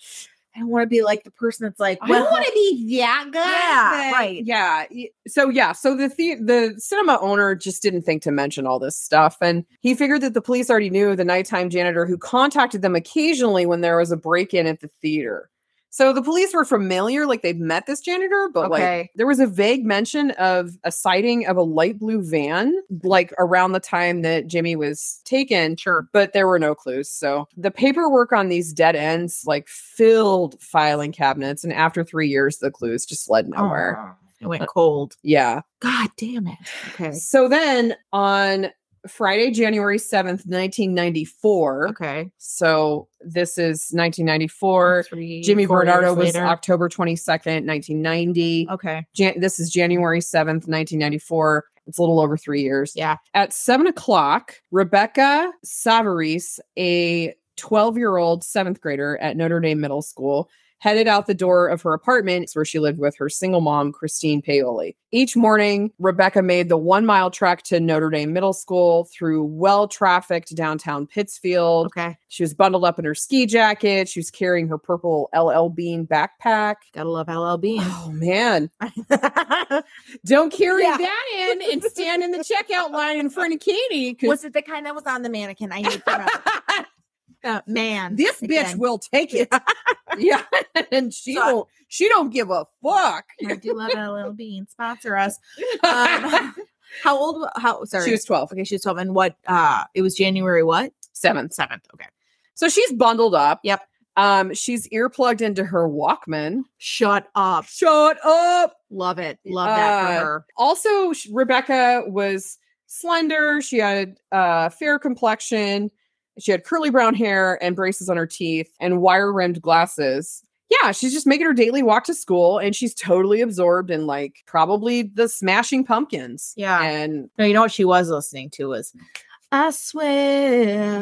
[SPEAKER 1] I don't want to be like the person that's like,
[SPEAKER 2] I don't
[SPEAKER 1] well,
[SPEAKER 2] wanna be that guy.
[SPEAKER 1] Yeah, right.
[SPEAKER 2] Yeah. y- So yeah. So the, the the cinema owner just didn't think to mention all this stuff, and he figured that the police already knew the nighttime janitor who contacted them occasionally when there was a break in at the theater. So the police were familiar, like they've met this janitor, but
[SPEAKER 1] Okay.
[SPEAKER 2] like there was a vague mention of a sighting of a light blue van, like around the time that Jimmy was taken.
[SPEAKER 1] sure.
[SPEAKER 2] but there were no clues. So the paperwork on these dead ends like filled filing cabinets, and after three years, the clues just
[SPEAKER 1] Oh,
[SPEAKER 2] led nowhere.
[SPEAKER 1] it went
[SPEAKER 2] Uh,
[SPEAKER 1] cold.
[SPEAKER 2] Yeah.
[SPEAKER 1] God damn it. Okay.
[SPEAKER 2] So then on Friday, January seventh, nineteen ninety four.
[SPEAKER 1] Okay.
[SPEAKER 2] So this is nineteen ninety four. Jimmy Bernardo was October twenty second, nineteen ninety.
[SPEAKER 1] okay.
[SPEAKER 2] Jan- this is January 7th, 1994. It's a little over three years.
[SPEAKER 1] Yeah.
[SPEAKER 2] At seven o'clock, Rebecca Savarese, a 12 year old seventh grader at Notre Dame Middle School, headed out the door of her apartment where she lived with her single mom, Christine Paoli. Each morning, Rebecca made the one mile trek to Notre Dame Middle School through well trafficked downtown Pittsfield.
[SPEAKER 1] Okay.
[SPEAKER 2] She was bundled up in her ski jacket. She was carrying her purple LL Bean backpack.
[SPEAKER 1] Gotta love LLB.
[SPEAKER 2] Oh, man. Don't carry
[SPEAKER 1] Yeah.
[SPEAKER 2] that in and stand in the checkout line in front of Katie. 'cause
[SPEAKER 1] was it the kind that was on the mannequin? I need to know. Uh, man,
[SPEAKER 2] this bitch
[SPEAKER 1] again.
[SPEAKER 2] will take it. yeah. And she
[SPEAKER 1] So-
[SPEAKER 2] don't she don't give a fuck.
[SPEAKER 1] I do love LL Bean. Sponsor us. Um, how old? wa- How sorry?
[SPEAKER 2] she was 12,
[SPEAKER 1] okay. She was twelve. And what? Uh, it was January what?
[SPEAKER 2] 7th.
[SPEAKER 1] Seventh. Okay.
[SPEAKER 2] So she's bundled up.
[SPEAKER 1] Yep.
[SPEAKER 2] Um, she's earplugged into her Walkman.
[SPEAKER 1] Shut up.
[SPEAKER 2] Shut up.
[SPEAKER 1] Love it. Love that
[SPEAKER 2] Uh,
[SPEAKER 1] for her.
[SPEAKER 2] also sh- rebecca was slender she had a uh, fair complexion she had curly brown hair and braces on her teeth and wire rimmed glasses yeah she's just making her daily walk to school and she's totally absorbed in like probably the smashing pumpkins
[SPEAKER 1] Yeah.
[SPEAKER 2] and
[SPEAKER 1] No, you know what she was listening to was. I swear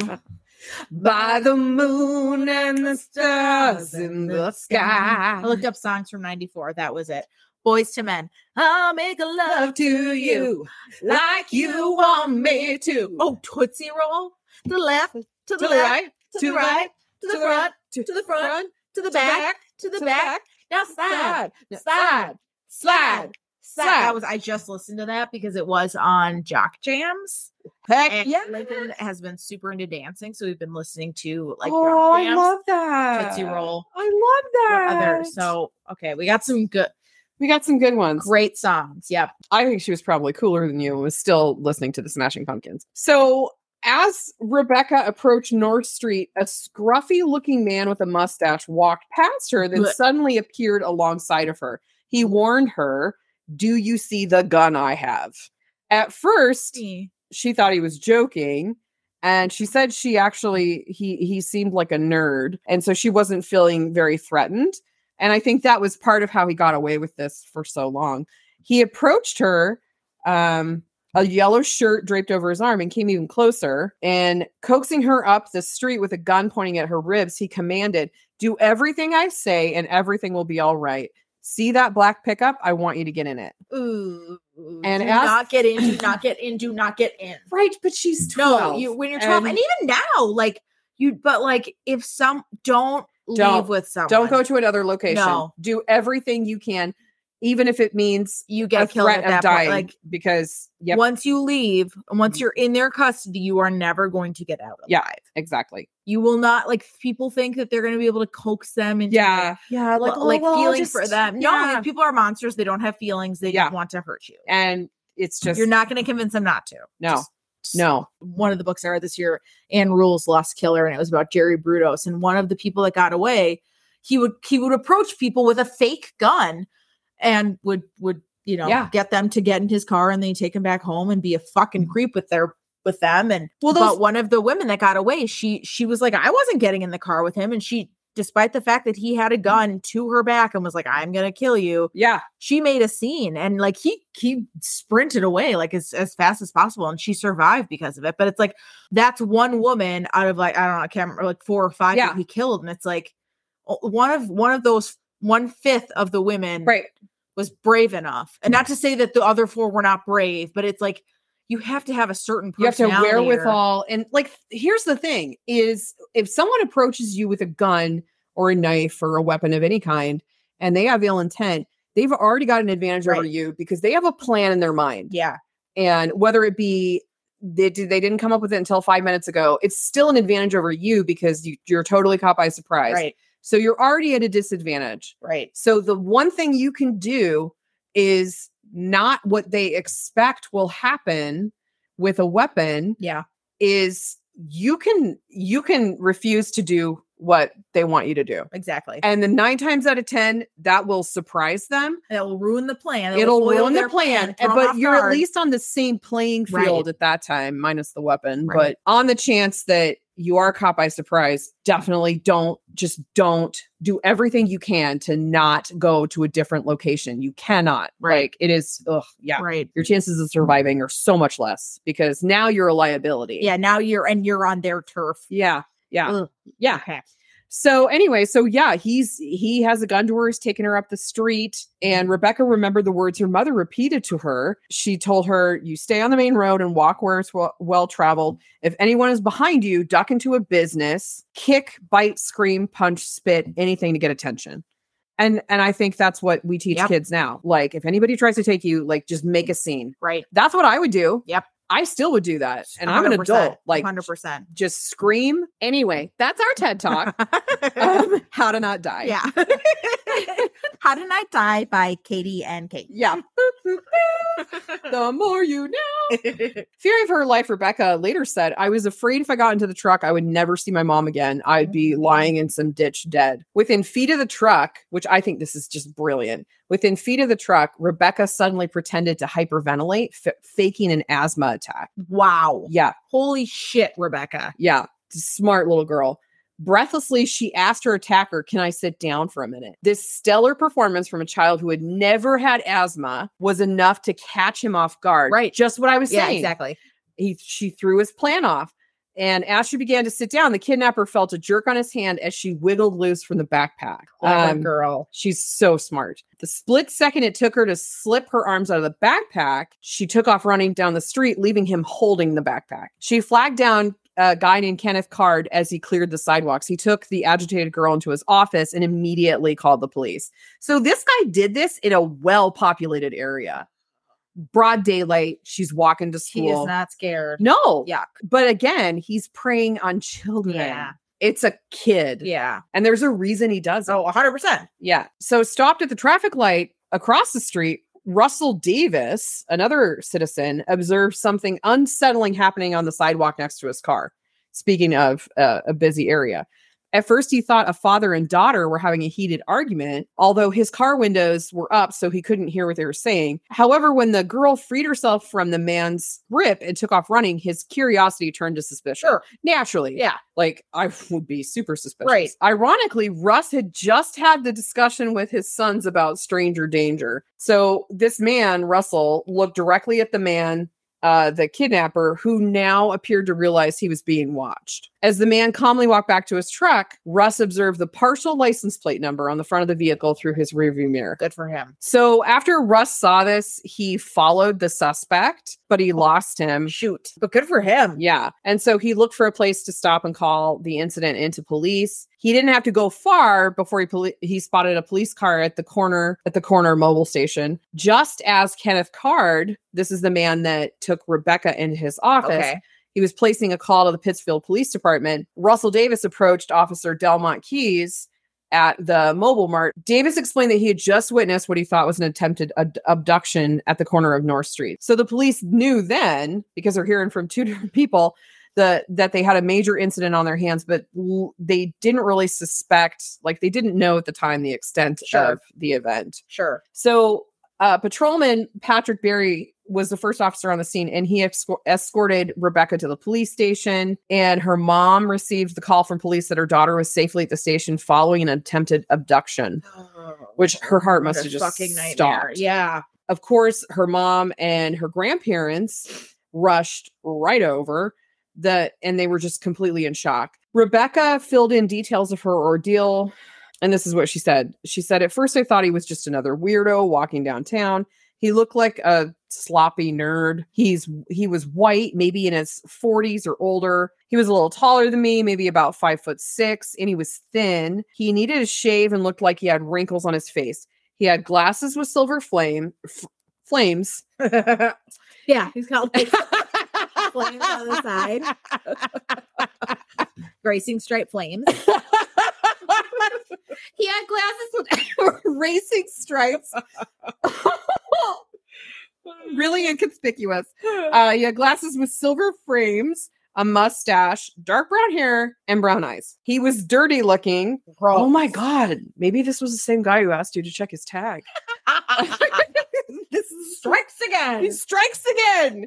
[SPEAKER 2] by the moon and the stars in the sky
[SPEAKER 1] I looked up songs from '94. That was it. Boys to Men. I'll make a love.
[SPEAKER 2] love to you like you want me to
[SPEAKER 1] Oh, Tootsie Roll. To the left. To the,
[SPEAKER 2] to the
[SPEAKER 1] left.
[SPEAKER 2] right
[SPEAKER 1] to, the right, to the front, to the front, to the back, to the back. Now slide, slide, slide, slide.
[SPEAKER 2] slide.
[SPEAKER 1] That was I just listened to that because it was on Jock Jams.
[SPEAKER 2] Heck
[SPEAKER 1] And
[SPEAKER 2] yeah.
[SPEAKER 1] Lincoln has been super into dancing, so we've been listening to like
[SPEAKER 2] oh,
[SPEAKER 1] Jock
[SPEAKER 2] I
[SPEAKER 1] Jams,
[SPEAKER 2] love that.
[SPEAKER 1] Tootsie Roll,
[SPEAKER 2] I love
[SPEAKER 1] what
[SPEAKER 2] that.
[SPEAKER 1] other. So okay, we got some good,
[SPEAKER 2] we got some good ones.
[SPEAKER 1] great songs. Yep.
[SPEAKER 2] I think she was probably cooler than you and was still listening to the Smashing Pumpkins. So as Rebecca approached North Street, a scruffy looking man with a mustache walked past her, then
[SPEAKER 1] Blech.
[SPEAKER 2] suddenly appeared alongside of her. He warned her, Do you see the gun I have? At first, she thought he was joking and she said she actually he he seemed like a nerd and so she wasn't feeling very threatened and i think that was part of how he got away with this for so long he approached her um a yellow shirt draped over his arm and came even closer and coaxing her up the street with a gun pointing at her ribs he commanded do everything i say and everything will be all right see that black pickup i want you to get in it
[SPEAKER 1] Ooh.
[SPEAKER 2] And
[SPEAKER 1] do
[SPEAKER 2] as-
[SPEAKER 1] not get in. Do not get in. Do not get in.
[SPEAKER 2] right but she's
[SPEAKER 1] No, you when you're 12 and,
[SPEAKER 2] and-
[SPEAKER 1] even now like you but like if some don't,
[SPEAKER 2] Don't.
[SPEAKER 1] leave with someone.
[SPEAKER 2] Don't go to another location.
[SPEAKER 1] No.
[SPEAKER 2] Do everything you can. even if it means
[SPEAKER 1] You
[SPEAKER 2] a
[SPEAKER 1] get killed
[SPEAKER 2] threat
[SPEAKER 1] at
[SPEAKER 2] of
[SPEAKER 1] that
[SPEAKER 2] dying.
[SPEAKER 1] point. Like
[SPEAKER 2] because yep, Mm-hmm.
[SPEAKER 1] once you leave, once you're in their custody, you are never going to get out.
[SPEAKER 2] Yeah.
[SPEAKER 1] alive.
[SPEAKER 2] exactly.
[SPEAKER 1] you will not like people think that they're going to be able to coax them into like, uh,
[SPEAKER 2] Yeah, yeah,
[SPEAKER 1] like,
[SPEAKER 2] oh,
[SPEAKER 1] like
[SPEAKER 2] well, I'll
[SPEAKER 1] feelings for
[SPEAKER 2] just-
[SPEAKER 1] them. No,
[SPEAKER 2] yeah.
[SPEAKER 1] these people are monsters. They don't have feelings. They
[SPEAKER 2] Yeah.
[SPEAKER 1] just want to hurt you.
[SPEAKER 2] and it's just
[SPEAKER 1] You're not going to convince them not to.
[SPEAKER 2] no,
[SPEAKER 1] just- just-
[SPEAKER 2] no,
[SPEAKER 1] One of the books I read this year, Anne Rule's Lost Killer, and it was about Jerry Brutos. And one of the people that got away, he would he would approach people with a fake gun, and would would you know
[SPEAKER 2] Yeah.
[SPEAKER 1] get them to get in his car, and then he'd take him back home and be a fucking creep with their with them. And
[SPEAKER 2] Mm-hmm. Well, those-
[SPEAKER 1] but one of the women that got away, she she was like, I wasn't getting in the car with him, and she. Despite the fact that he had
[SPEAKER 2] Mm-hmm.
[SPEAKER 1] a gun to her back and was like, "I'm gonna kill you,"
[SPEAKER 2] yeah,
[SPEAKER 1] she made a scene and like he he sprinted away like as, as fast as possible and she survived because of it but it's like that's one woman out of like i don't know i can't remember like four or five
[SPEAKER 2] Yeah.
[SPEAKER 1] that he killed and it's like o- one of one of those one fifth of the women
[SPEAKER 2] right.
[SPEAKER 1] was brave enough and not to say that the other four were not brave but it's like you have to have a certain
[SPEAKER 2] you have to
[SPEAKER 1] personality or-
[SPEAKER 2] wherewithal and like here's the thing is if someone approaches you with a gun or a knife or a weapon of any kind and they have ill intent they've already got an advantage over
[SPEAKER 1] Right.
[SPEAKER 2] you because they have a plan in their mind
[SPEAKER 1] yeah
[SPEAKER 2] and whether it be they, did- they didn't come up with it until five minutes ago it's still an advantage over you because you, you're totally caught by surprise
[SPEAKER 1] right
[SPEAKER 2] so you're already at a disadvantage
[SPEAKER 1] right
[SPEAKER 2] so the one thing you can do is not what they expect will happen with a weapon
[SPEAKER 1] yeah
[SPEAKER 2] is you can you can refuse to do what they want you to do.
[SPEAKER 1] exactly
[SPEAKER 2] And the 9 times out of 10 that will surprise them.
[SPEAKER 1] it will ruin the plan
[SPEAKER 2] It'll
[SPEAKER 1] spoil
[SPEAKER 2] ruin their
[SPEAKER 1] their
[SPEAKER 2] plan,
[SPEAKER 1] throw 'em
[SPEAKER 2] but
[SPEAKER 1] off
[SPEAKER 2] you're
[SPEAKER 1] guard.
[SPEAKER 2] at least on the same playing
[SPEAKER 1] Right.
[SPEAKER 2] field at that time minus the weapon,
[SPEAKER 1] Right.
[SPEAKER 2] but on the chance that you are caught by surprise, definitely don't just don't do everything you can to not go to a different location. You cannot.
[SPEAKER 1] Right.
[SPEAKER 2] Like it is ugh, yeah.
[SPEAKER 1] right
[SPEAKER 2] Your chances of surviving are so much less because now you're a liability.
[SPEAKER 1] yeah now you're and you're on their turf
[SPEAKER 2] Yeah. Yeah.
[SPEAKER 1] Ugh.
[SPEAKER 2] Yeah.
[SPEAKER 1] okay
[SPEAKER 2] So anyway, so yeah, he's he has a gun to her, he's taking her up the street. And Rebecca remembered the words her mother repeated to her. She told her, You stay on the main road and walk where it's well traveled. If anyone is behind you, duck into a business, kick, bite, scream, punch, spit, anything to get attention. And and I think that's what we teach
[SPEAKER 1] Yep.
[SPEAKER 2] kids now. Like if anybody tries to take you, like just make a scene.
[SPEAKER 1] right
[SPEAKER 2] That's what I would do.
[SPEAKER 1] Yep.
[SPEAKER 2] I still would do that. And i am an adult. Like
[SPEAKER 1] hundred percent.
[SPEAKER 2] just scream. Anyway, that's our TED talk. um, how to not die.
[SPEAKER 1] Yeah. How did I die by Katie and Kate?
[SPEAKER 2] Yeah. the more you know. Fearing for her life, Rebecca later said, I was afraid if I got into the truck, I would never see my mom again. I'd be lying in some ditch dead. Within feet of the truck, which I think this is just brilliant, within feet of the truck, Rebecca suddenly pretended to hyperventilate, f- faking an asthma attack.
[SPEAKER 1] Wow.
[SPEAKER 2] Yeah.
[SPEAKER 1] Holy shit, Rebecca.
[SPEAKER 2] Yeah, smart little girl. Breathlessly, she asked her attacker, Can I sit down for a minute? This stellar performance from a child who had never had asthma was enough to catch him off guard.
[SPEAKER 1] Right.
[SPEAKER 2] Just what I was
[SPEAKER 1] Yeah,
[SPEAKER 2] saying.
[SPEAKER 1] exactly.
[SPEAKER 2] He, she threw his plan off. And as she began to sit down, the kidnapper felt a jerk on his hand as she wiggled loose from the backpack. Um,
[SPEAKER 1] girl.
[SPEAKER 2] She's so smart. The split second it took her to slip her arms out of the backpack, she took off running down the street, leaving him holding the backpack. She flagged down a guy named Kenneth Card as he cleared the sidewalks. He took the agitated girl into his office and immediately called the police. So this guy did this in a well populated area, broad daylight. She's walking to
[SPEAKER 1] She
[SPEAKER 2] school.
[SPEAKER 1] is not scared.
[SPEAKER 2] no.
[SPEAKER 1] Yeah.
[SPEAKER 2] But again, he's preying on children.
[SPEAKER 1] Yeah.
[SPEAKER 2] It's a kid.
[SPEAKER 1] Yeah.
[SPEAKER 2] And there's a reason he does it.
[SPEAKER 1] So hundred percent.
[SPEAKER 2] Yeah. So stopped at the traffic light across the street, Russell Davis, another citizen, observed something unsettling happening on the sidewalk next to his car. Speaking of uh, a busy area. At first, he thought a father and daughter were having a heated argument, although his car windows were up, so he couldn't hear what they were saying. However, when the girl freed herself from the man's grip and took off running, his curiosity turned to suspicion.
[SPEAKER 1] Sure.
[SPEAKER 2] Naturally.
[SPEAKER 1] Yeah.
[SPEAKER 2] Like, I would be super suspicious.
[SPEAKER 1] Right.
[SPEAKER 2] Ironically, Russ had just had the discussion with his sons about stranger danger. So, this man, Russell, looked directly at the man, uh, the kidnapper, who now appeared to realize he was being watched. As the man calmly walked back to his truck, Russ observed the partial license plate number on the front of the vehicle through his rearview mirror.
[SPEAKER 1] Good for him.
[SPEAKER 2] So after Russ saw this, he followed the suspect, but he lost him.
[SPEAKER 1] Shoot. But good for him.
[SPEAKER 2] Yeah. And so he looked for a place to stop and call the incident into police. He didn't have to go far before he poli- he spotted a police car at the corner at the corner mobile station. Just as Kenneth Card, this is the man that took Rebecca into his office.
[SPEAKER 1] Okay.
[SPEAKER 2] He was placing a call to the Pittsfield Police Department. Russell Davis approached Officer Delmont Keys at the mobile mart. Davis explained that he had just witnessed what he thought was an attempted ad- abduction at the corner of North Street. So the police knew then, because they're hearing from two different people, the, that they had a major incident on their hands, but l- they didn't really suspect, like, they didn't know at the time the extent
[SPEAKER 1] Sure.
[SPEAKER 2] of the event.
[SPEAKER 1] Sure.
[SPEAKER 2] So, uh, patrolman Patrick Berry was the first officer on the scene, and he escor- escorted Rebecca to the police station. And her mom received the call from police that her daughter was safely at the station following an attempted abduction, which her heart must have just stopped.
[SPEAKER 1] Yeah.
[SPEAKER 2] Of course, her mom and her grandparents rushed right over the and they were just completely in shock. Rebecca filled in details of her ordeal, and this is what she said. She said, At first, I thought he was just another weirdo walking downtown. He looked like a sloppy nerd. He's he was white, maybe in his 40s or older. He was a little taller than me, maybe about five foot six, and he was thin. He needed a shave and looked like he had wrinkles on his face. He had glasses with silver flame f- flames.
[SPEAKER 1] yeah. He's got like flames on the side. Racing stripe flames. he had glasses with racing stripes.
[SPEAKER 2] really inconspicuous. Uh, he had glasses with silver frames, a mustache, dark brown hair, and brown eyes. He was dirty looking. Oh my God. Maybe this was the same guy who asked you to check his tag. this is
[SPEAKER 1] stripes again.
[SPEAKER 2] He strikes again.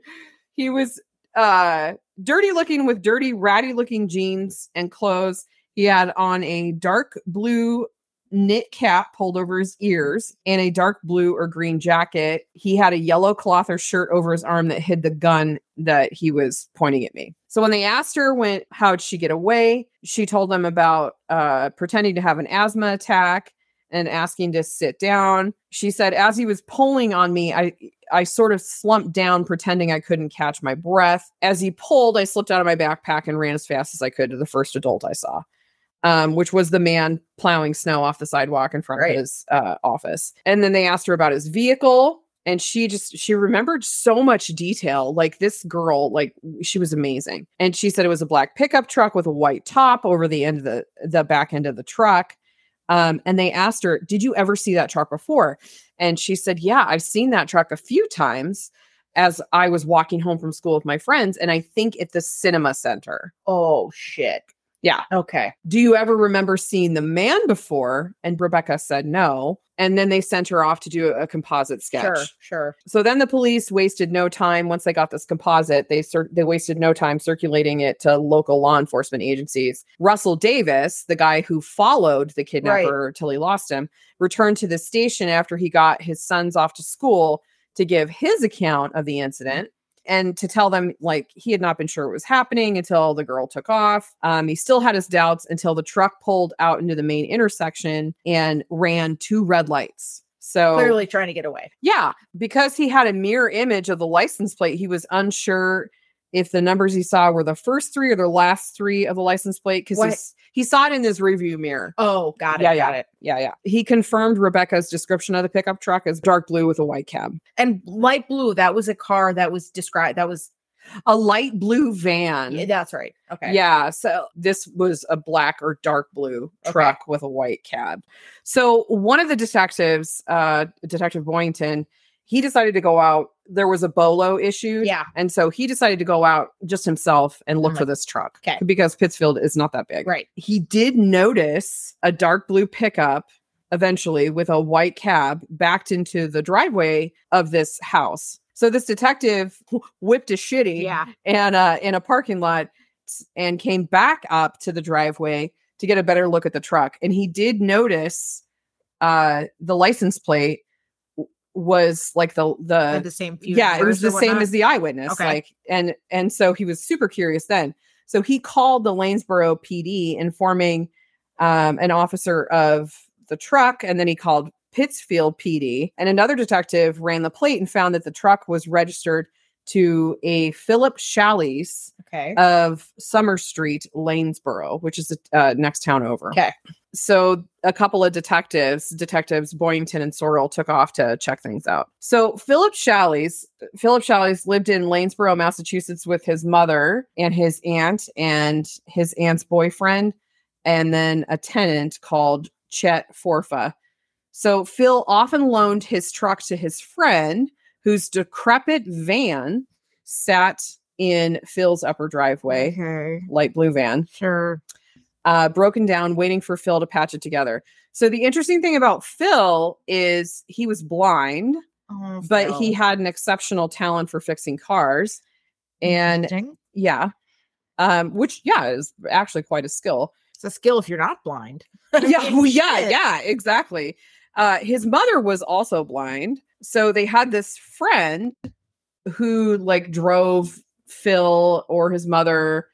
[SPEAKER 2] He was uh dirty looking with dirty, ratty looking jeans and clothes. He had on a dark blue knit cap pulled over his ears and a dark blue or green jacket. He had a yellow cloth or shirt over his arm that hid the gun that he was pointing at me. So when they asked her when how'd she get away, she told them about uh pretending to have an asthma attack and asking to sit down. She said as he was pulling on me, I I sort of slumped down, pretending I couldn't catch my breath. As he pulled, I slipped out of my backpack and ran as fast as I could to the first adult I saw, um, which was the man plowing snow off the sidewalk in front
[SPEAKER 1] Right.
[SPEAKER 2] of his uh, office. And then they asked her about his vehicle. And she just she remembered so much detail. Like this girl, like she was amazing. And she said it was a black pickup truck with a white top over the end of the the back end of the truck. Um, and they asked her, "Did you ever see that truck before?" And she said, Yeah, I've seen that truck a few times as I was walking home from school with my friends. And I think at the cinema center.
[SPEAKER 1] Oh shit.
[SPEAKER 2] Yeah.
[SPEAKER 1] Okay.
[SPEAKER 2] Do you ever remember seeing the man before? And Rebecca said, No. And then they sent her off to do a composite sketch.
[SPEAKER 1] Sure. Sure.
[SPEAKER 2] So then the police wasted no time. Once they got this composite, they cir- they wasted no time circulating it to local law enforcement agencies. Russell Davis, the guy who followed the kidnapper till he lost him, returned to the station after he got his sons off to school to give his account of the incident and to tell them like he had not been sure what was happening until the girl took off. Um, he still had his doubts until the truck pulled out into the main intersection and ran two red lights. So
[SPEAKER 1] Clearly trying to get away.
[SPEAKER 2] yeah, because he had a mirror image of the license plate, he was unsure if the numbers he saw were the first three or the last three of the license plate
[SPEAKER 1] What?
[SPEAKER 2] because he saw it in his review mirror.
[SPEAKER 1] Oh, got it.
[SPEAKER 2] Yeah,
[SPEAKER 1] got it.
[SPEAKER 2] Yeah, yeah. He confirmed Rebecca's description of the pickup truck as dark blue with a white cab,
[SPEAKER 1] And light blue, that was a car that was described. That was
[SPEAKER 2] a light blue van.
[SPEAKER 1] yeah, that's right. Okay.
[SPEAKER 2] Yeah. So this was a black or dark blue
[SPEAKER 1] Okay.
[SPEAKER 2] truck with a white cab. So one of the detectives, uh, Detective Boyington, he decided to go out. There was a bolo issue.
[SPEAKER 1] Yeah.
[SPEAKER 2] And so he decided to go out just himself and look
[SPEAKER 1] Mhm.
[SPEAKER 2] for this truck.
[SPEAKER 1] Okay.
[SPEAKER 2] Because Pittsfield is not that big.
[SPEAKER 1] Right.
[SPEAKER 2] He did notice a dark blue pickup eventually with a white cab backed into the driveway of this house. So this detective wh- whipped a shitty
[SPEAKER 1] Yeah.
[SPEAKER 2] and uh, in a parking lot s- and came back up to the driveway to get a better look at the truck. And he did notice uh, the license plate w- was like the the
[SPEAKER 1] Uh, Had the same few.
[SPEAKER 2] yeah, it was the
[SPEAKER 1] numbers or
[SPEAKER 2] same
[SPEAKER 1] whatnot.
[SPEAKER 2] as the eyewitness.
[SPEAKER 1] Okay.
[SPEAKER 2] Like, and and so he was super curious then. So he called the Lanesboro PD, informing um, an officer of the truck, and then he called Pittsfield PD. And another detective ran the plate and found that the truck was registered to a Philip Challies
[SPEAKER 1] Okay.
[SPEAKER 2] of Summer Street, Lanesboro, which is the uh, next town over.
[SPEAKER 1] Okay.
[SPEAKER 2] So a couple of detectives, detectives Boyington and Sorrell, took off to check things out. So Philip Challies, Philip Challies lived in Lanesboro, Massachusetts, with his mother and his aunt and his aunt's boyfriend, and then a tenant called Chet Forfa. So Phil often loaned his truck to his friend, whose decrepit van sat in Phil's upper driveway,
[SPEAKER 1] Okay.
[SPEAKER 2] light blue van
[SPEAKER 1] Sure.
[SPEAKER 2] uh, broken down, waiting for Phil to patch it together. So the interesting thing about Phil is he was blind,
[SPEAKER 1] Oh,
[SPEAKER 2] but he
[SPEAKER 1] Phil.
[SPEAKER 2] had an exceptional talent for fixing cars,
[SPEAKER 1] Mm-hmm.
[SPEAKER 2] and
[SPEAKER 1] Interesting.
[SPEAKER 2] yeah, um, which yeah is actually quite a skill.
[SPEAKER 1] it's a skill if you're not blind.
[SPEAKER 2] yeah, well, yeah,
[SPEAKER 1] Shit.
[SPEAKER 2] yeah, exactly. Uh, his mother was also blind, so they had this friend who like drove Phil or his mother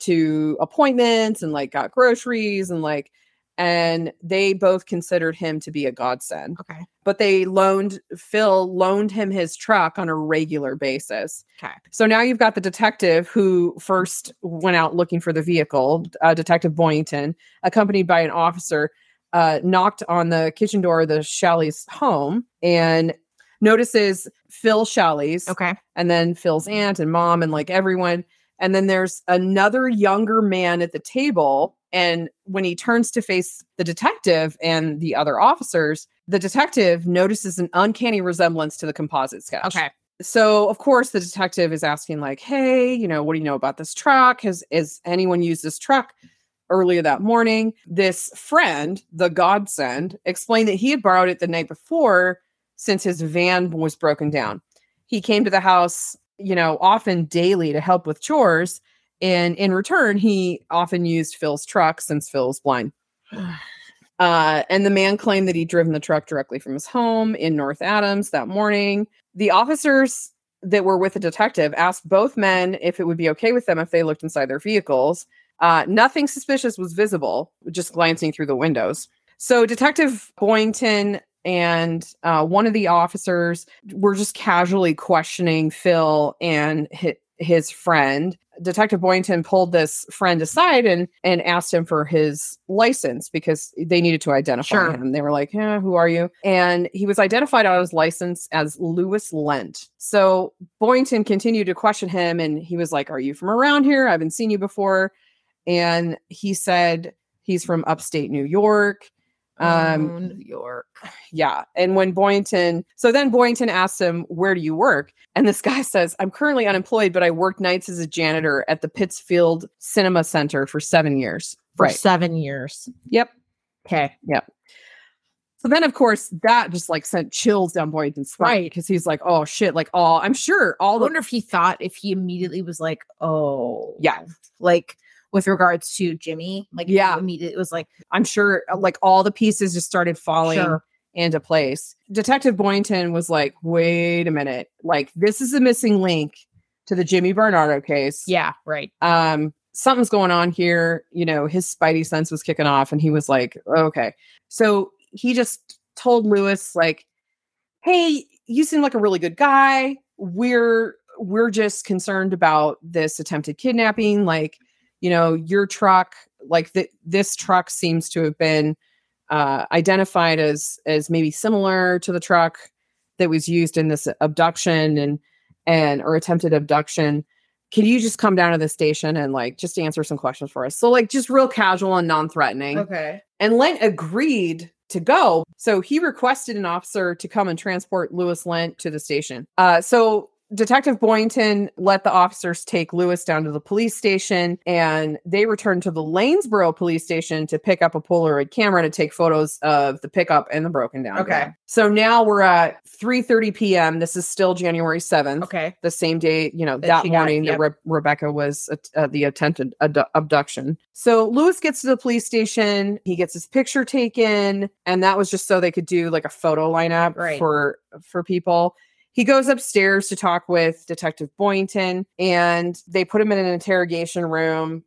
[SPEAKER 2] to appointments and like got groceries and like and they both considered him to be a godsend
[SPEAKER 1] Okay.
[SPEAKER 2] but they loaned Phil loaned him his truck on a regular basis.
[SPEAKER 1] Okay.
[SPEAKER 2] So now you've got the detective who first went out looking for the vehicle, uh, Detective Boyington, accompanied by an officer, uh, knocked on the kitchen door of the Shalley's home and notices Phil Shalley's
[SPEAKER 1] Okay.
[SPEAKER 2] and then Phil's aunt and mom and like everyone. And then there's another younger man at the table. And when he turns to face the detective and the other officers, the detective notices an uncanny resemblance to the composite sketch.
[SPEAKER 1] Okay.
[SPEAKER 2] So of course the detective is asking, like, hey, you know, what do you know about this truck? Has is anyone used this truck? Earlier that morning, this friend, the godsend, explained that he had borrowed it the night before since his van was broken down. He came to the house, you know, often daily to help with chores. And in return, he often used Phil's truck since Phil's blind. Uh, and the man claimed that he'd driven the truck directly from his home in North Adams that morning. The officers that were with the detective asked both men if it would be okay with them if they looked inside their vehicles. Uh, nothing suspicious was visible, just glancing through the windows. So, Detective Boyington and uh, one of the officers were just casually questioning Phil and hi- his friend. Detective Boyington pulled this friend aside and and asked him for his license because they needed to identify
[SPEAKER 1] Sure.
[SPEAKER 2] him. They were like, "Yeah, who are you?" And he was identified on his license as Lewis Lent. So Boyington continued to question him, and he was like, "Are you from around here? I haven't seen you before." And he said he's from upstate New York. Um,
[SPEAKER 1] Oh, New York.
[SPEAKER 2] yeah. And when Boyington, so then Boyington asks him, Where do you work? And this guy says, I'm currently unemployed, but I worked nights as a janitor at the Pittsfield Cinema Center for seven years.
[SPEAKER 1] For
[SPEAKER 2] right.
[SPEAKER 1] seven years.
[SPEAKER 2] Yep.
[SPEAKER 1] Okay.
[SPEAKER 2] So then, of course, that just like sent chills down Boyington's spine.
[SPEAKER 1] Right.
[SPEAKER 2] Because he's like, Oh shit. Like, all, I'm sure all
[SPEAKER 1] I
[SPEAKER 2] the,
[SPEAKER 1] wonder if he thought if he immediately was like, oh,
[SPEAKER 2] Yeah.
[SPEAKER 1] like with regards to Jimmy, like, if
[SPEAKER 2] Yeah.
[SPEAKER 1] he immediately was like,
[SPEAKER 2] I'm sure uh, like all the pieces just started falling.
[SPEAKER 1] sure.
[SPEAKER 2] into place. Detective Boynton was like, wait a minute, like this is a missing link to the Jimmy Bernardo case.
[SPEAKER 1] Yeah. Right.
[SPEAKER 2] Um, something's going on here. You know, his spidey sense was kicking off and he was like, okay. So he just told Lewis, like, hey, you seem like a really good guy. We're we're just concerned about this attempted kidnapping. Like, you know, your truck, like th- this truck seems to have been uh, identified as as maybe similar to the truck that was used in this abduction and and or attempted abduction. Can you just come down to the station and like just answer some questions for us? So like just real casual and non-threatening.
[SPEAKER 1] Okay.
[SPEAKER 2] And Lent agreed to go. So he requested an officer to come and transport Lewis Lent to the station. Uh, so Detective Boynton let the officers take Lewis down to the police station, and they returned to the Lanesboro police station to pick up a Polaroid camera to take photos of the pickup and the broken down.
[SPEAKER 1] Okay.
[SPEAKER 2] van. So now we're at 3:30 p.m. This is still January 7th
[SPEAKER 1] Okay.
[SPEAKER 2] the same day, you know,
[SPEAKER 1] That
[SPEAKER 2] that
[SPEAKER 1] she got-
[SPEAKER 2] morning
[SPEAKER 1] yep.
[SPEAKER 2] that Re- Rebecca was at- uh, the attempted ad- abduction. So Lewis gets to the police station, he gets his picture taken, and that was just so they could do like a photo lineup
[SPEAKER 1] Right.
[SPEAKER 2] for for people. He goes upstairs to talk with Detective Boynton and they put him in an interrogation room.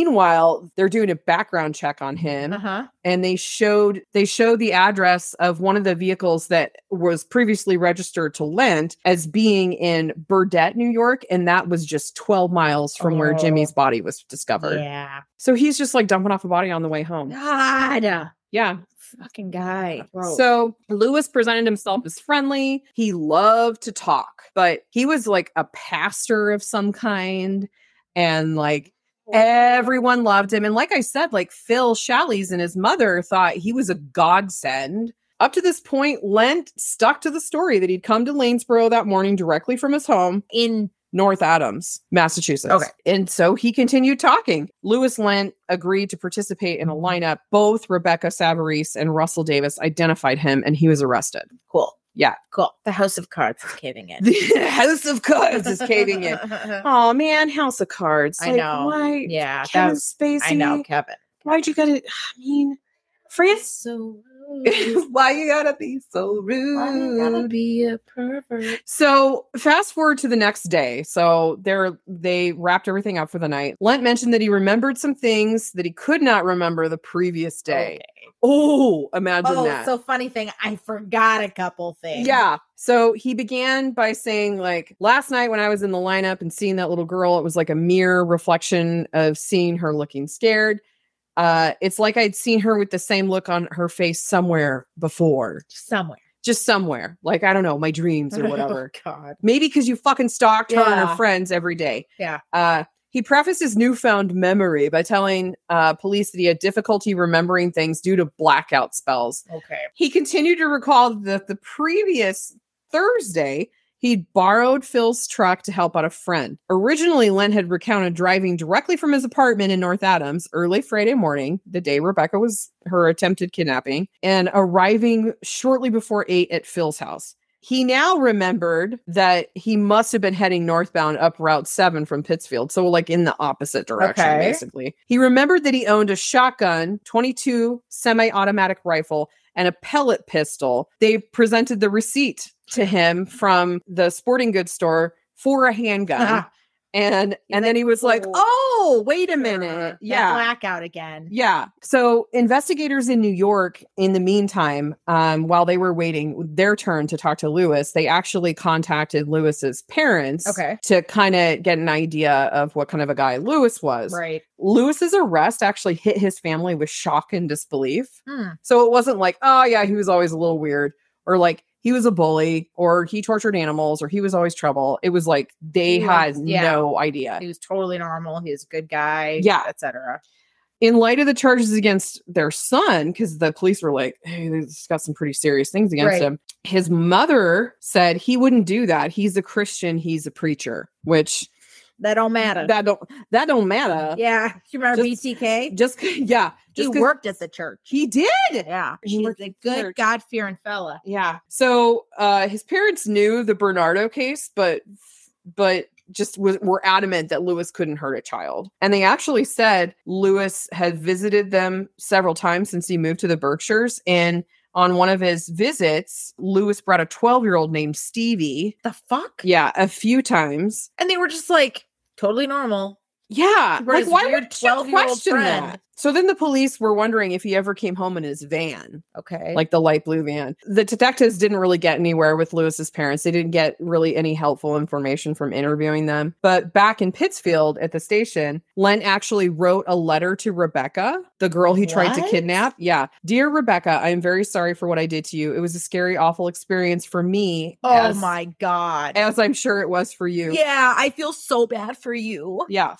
[SPEAKER 2] Meanwhile, they're doing a background check on him
[SPEAKER 1] huh.
[SPEAKER 2] and they showed they showed the address of one of the vehicles that was previously registered to Lent as being in Burdett, New York, and that was just 12 miles from where
[SPEAKER 1] Oh.
[SPEAKER 2] Jimmy's body was discovered.
[SPEAKER 1] Yeah.
[SPEAKER 2] So he's just like dumping off a body on the way home.
[SPEAKER 1] God.
[SPEAKER 2] Yeah.
[SPEAKER 1] Fucking guy. So
[SPEAKER 2] So Lewis presented himself as friendly. He loved to talk, but he was like a pastor of some kind and like everyone loved him and like I said like Phil Shallys and his mother thought he was a godsend. Up to this point, Lent stuck to the story that he'd come to Lanesboro that morning directly from his home
[SPEAKER 1] in
[SPEAKER 2] North Adams, Massachusetts.
[SPEAKER 1] Okay.
[SPEAKER 2] And so he continued talking. Lewis Lent agreed to participate in a lineup. Both Rebecca Savarese and Russell Davis identified him and he was arrested.
[SPEAKER 1] cool.
[SPEAKER 2] Yeah.
[SPEAKER 1] Cool. The House of Cards is caving in.
[SPEAKER 2] The House of Cards is caving in. Oh man, House of Cards.
[SPEAKER 1] I
[SPEAKER 2] Like,
[SPEAKER 1] know.
[SPEAKER 2] Why?
[SPEAKER 1] yeah. That
[SPEAKER 2] Kevin
[SPEAKER 1] was,
[SPEAKER 2] Spacey.
[SPEAKER 1] I know, Kevin.
[SPEAKER 2] Why'd you gotta? I mean, France.
[SPEAKER 1] So
[SPEAKER 2] why you gotta be so rude?
[SPEAKER 1] be a pervert?
[SPEAKER 2] So fast forward to the next day. So they're they wrapped everything up for the night. Lent mentioned that he remembered some things that he could not remember the previous day. Oh, imagine
[SPEAKER 1] Oh,
[SPEAKER 2] that.
[SPEAKER 1] so funny thing. I forgot a couple things.
[SPEAKER 2] yeah. So he began by saying, like, last night when I was in the lineup and seeing that little girl, it was like a mere reflection of seeing her looking scared. Uh, it's like I'd seen her with the same look on her face somewhere before,
[SPEAKER 1] Somewhere.
[SPEAKER 2] just somewhere, like I don't know, my dreams or whatever.
[SPEAKER 1] Oh, God.
[SPEAKER 2] Maybe because you fucking stalked her and her
[SPEAKER 1] Yeah.
[SPEAKER 2] friends every day.
[SPEAKER 1] Yeah.
[SPEAKER 2] Uh, he prefaced his newfound memory by telling uh, police that he had difficulty remembering things due to blackout spells.
[SPEAKER 1] Okay.
[SPEAKER 2] He continued to recall that the previous Thursday, he'd borrowed Phil's truck to help out a friend. Originally, Len had recounted driving directly from his apartment in North Adams early Friday morning, the day Rebecca was her attempted kidnapping, and arriving shortly before eight at Phil's house. He now remembered that he must have been heading northbound up Route 7 from Pittsfield. So, like in the opposite direction,
[SPEAKER 1] Okay.
[SPEAKER 2] basically. He remembered that he owned a shotgun, 22 semi automatic rifle, and a pellet pistol. They presented the receipt to him from the sporting goods store for a handgun. and and then he was like,
[SPEAKER 1] "Oh,
[SPEAKER 2] "Oh, wait a
[SPEAKER 1] Uh-huh. Sure.
[SPEAKER 2] minute.
[SPEAKER 1] That
[SPEAKER 2] Yeah.
[SPEAKER 1] Blackout again.
[SPEAKER 2] Yeah. So investigators in New York, in the meantime, um, while they were waiting their turn to talk to Lewis, they actually contacted Lewis's parents
[SPEAKER 1] Okay.
[SPEAKER 2] to kind of get an idea of what kind of a guy Lewis was.
[SPEAKER 1] Right.
[SPEAKER 2] Lewis's arrest actually hit his family with shock and disbelief.
[SPEAKER 1] Mm.
[SPEAKER 2] So it wasn't like, oh yeah, he was always a little weird, or like he was a bully, or he tortured animals, or he was always trouble. It was like they
[SPEAKER 1] He
[SPEAKER 2] had
[SPEAKER 1] was- yeah.
[SPEAKER 2] no idea.
[SPEAKER 1] He was totally normal. He was a good guy.
[SPEAKER 2] Yeah.
[SPEAKER 1] Etc.
[SPEAKER 2] in light of the charges against their son, because the police were like, hey, he's got some pretty serious things against
[SPEAKER 1] Right.
[SPEAKER 2] him. His mother said he wouldn't do that. He's a Christian. He's a preacher, which
[SPEAKER 1] That don't matter.
[SPEAKER 2] that don't that don't matter.
[SPEAKER 1] yeah. You remember
[SPEAKER 2] Just-
[SPEAKER 1] BTK?
[SPEAKER 2] Just yeah,
[SPEAKER 1] He
[SPEAKER 2] just 'cause-
[SPEAKER 1] worked at the church.
[SPEAKER 2] He did.
[SPEAKER 1] Yeah.
[SPEAKER 2] He
[SPEAKER 1] He's
[SPEAKER 2] worked
[SPEAKER 1] a
[SPEAKER 2] the
[SPEAKER 1] good
[SPEAKER 2] church.
[SPEAKER 1] God fearing fella.
[SPEAKER 2] Yeah. So uh, his parents knew the Bernardo case, but but just was, were adamant that Lewis couldn't hurt a child. And they actually said Lewis had visited them several times since he moved to the Berkshires. And on one of his visits, Lewis brought a 12 year old named Stevie.
[SPEAKER 1] The fuck?
[SPEAKER 2] Yeah, a few times.
[SPEAKER 1] And they were just like totally normal.
[SPEAKER 2] Yeah.
[SPEAKER 1] He brought
[SPEAKER 2] Like,
[SPEAKER 1] his
[SPEAKER 2] why
[SPEAKER 1] weird
[SPEAKER 2] would you
[SPEAKER 1] 12-year-old
[SPEAKER 2] question
[SPEAKER 1] friend.
[SPEAKER 2] that? So then the police were wondering if he ever came home in his van
[SPEAKER 1] Okay.
[SPEAKER 2] like the light blue van. The detectives didn't really get anywhere with Lewis's parents. They didn't get really any helpful information from interviewing them. But back in Pittsfield at the station, Len actually wrote a letter to Rebecca, the girl he tried to
[SPEAKER 1] What?
[SPEAKER 2] kidnap. Yeah. Dear Rebecca, I am very sorry for what I did to you. It was a scary, awful experience for me.
[SPEAKER 1] oh
[SPEAKER 2] as-
[SPEAKER 1] my God.
[SPEAKER 2] As I'm sure it was for you.
[SPEAKER 1] Yeah. I feel so bad for you.
[SPEAKER 2] Yeah.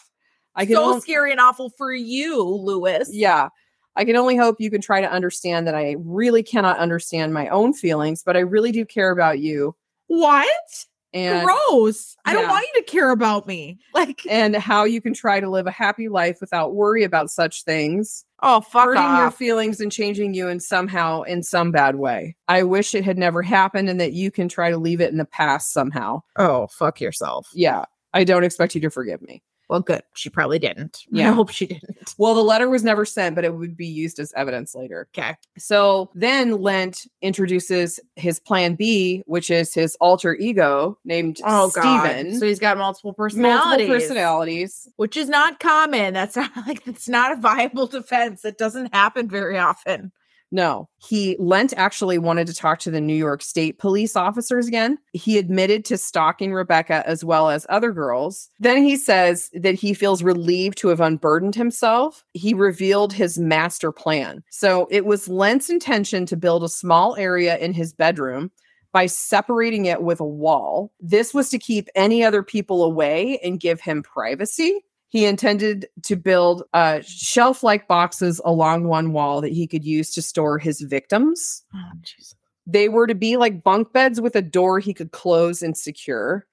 [SPEAKER 2] I can
[SPEAKER 1] so
[SPEAKER 2] only-
[SPEAKER 1] scary and awful for you, Lewis.
[SPEAKER 2] Yeah. I can only hope you can try to understand that I really cannot understand my own feelings, but I really do care about you.
[SPEAKER 1] What?
[SPEAKER 2] And
[SPEAKER 1] Gross. I don't
[SPEAKER 2] Yeah.
[SPEAKER 1] want you to care about me. Like,
[SPEAKER 2] and how you can try to live a happy life without worry about such things,
[SPEAKER 1] oh, fuck
[SPEAKER 2] hurting your
[SPEAKER 1] off.
[SPEAKER 2] feelings and changing you in somehow in some bad way. I wish it had never happened and that you can try to leave it in the past somehow.
[SPEAKER 1] Oh, fuck yourself.
[SPEAKER 2] Yeah, I don't expect you to forgive me.
[SPEAKER 1] Well, good. She probably didn't.
[SPEAKER 2] Yeah.
[SPEAKER 1] I hope she didn't.
[SPEAKER 2] Well, the letter was never sent, but it would be used as evidence later.
[SPEAKER 1] Okay.
[SPEAKER 2] So then Lent introduces his plan B, which is his alter ego named
[SPEAKER 1] Oh
[SPEAKER 2] Steven.
[SPEAKER 1] God. So he's got multiple personalities.
[SPEAKER 2] Multiple personalities.
[SPEAKER 1] Which is not common. That's not like that's not a viable defense. That doesn't happen very often.
[SPEAKER 2] No, he Lent actually wanted to talk to the New York State police officers again. He admitted to stalking Rebecca as well as other girls. Then he says that he feels relieved to have unburdened himself. He revealed his master plan. So it was Lent's intention to build a small area in his bedroom. By separating it with a wall. This was to keep any other people away and give him privacy. He intended to build uh, shelf like boxes along one wall that he could use to store his victims.
[SPEAKER 1] Oh, jeez.
[SPEAKER 2] They were to be like bunk beds with a door he could close and secure.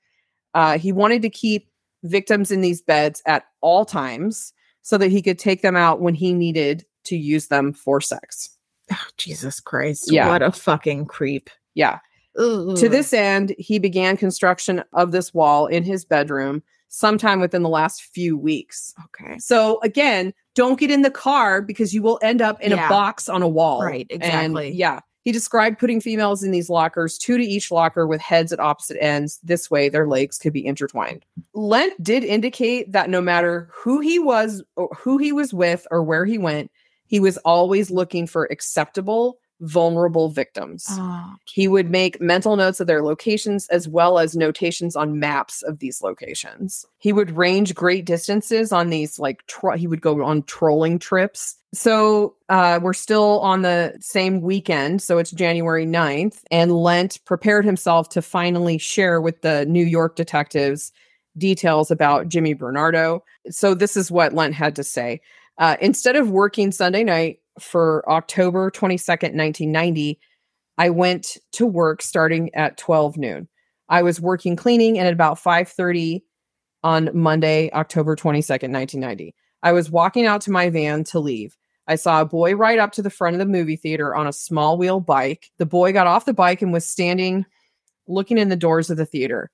[SPEAKER 2] Uh, he wanted to keep victims in these beds at all times so that he could take them out when he needed to use them for sex.
[SPEAKER 1] Oh, Jesus Christ.
[SPEAKER 2] Yeah.
[SPEAKER 1] What a fucking creep.
[SPEAKER 2] Yeah.
[SPEAKER 1] Ooh.
[SPEAKER 2] To this end, he began construction of this wall in his bedroom sometime within the last few weeks.
[SPEAKER 1] Okay.
[SPEAKER 2] So again, don't get in the car because you will end up in a
[SPEAKER 1] Yeah.
[SPEAKER 2] box on a wall.
[SPEAKER 1] Right,
[SPEAKER 2] And,
[SPEAKER 1] exactly.
[SPEAKER 2] yeah. He described putting females in these lockers, two to each locker with heads at opposite ends. This way, their legs could be intertwined. Lent did indicate that no matter who he was, or who he was with, or where he went, he was always looking for acceptable, vulnerable victims.
[SPEAKER 1] Oh,
[SPEAKER 2] He would make mental notes of their locations as well as notations on maps of these locations. He would range great distances on these, like, tro- he would go on trolling trips. So uh, we're still on the same weekend. So it's January 9th. And Lent prepared himself to finally share with the New York detectives details about Jimmy Bernardo. So this is what Lent had to say. Uh, instead of working Sunday night for October 22nd, 1990, I went to work starting at 12 noon. I was working cleaning and at about 5:30 on Monday, October 22nd, 1990. I was walking out to my van to leave. I saw a boy ride up to the front of the movie theater on a small wheel bike. The boy got off the bike and was standing looking in the doors of the theater.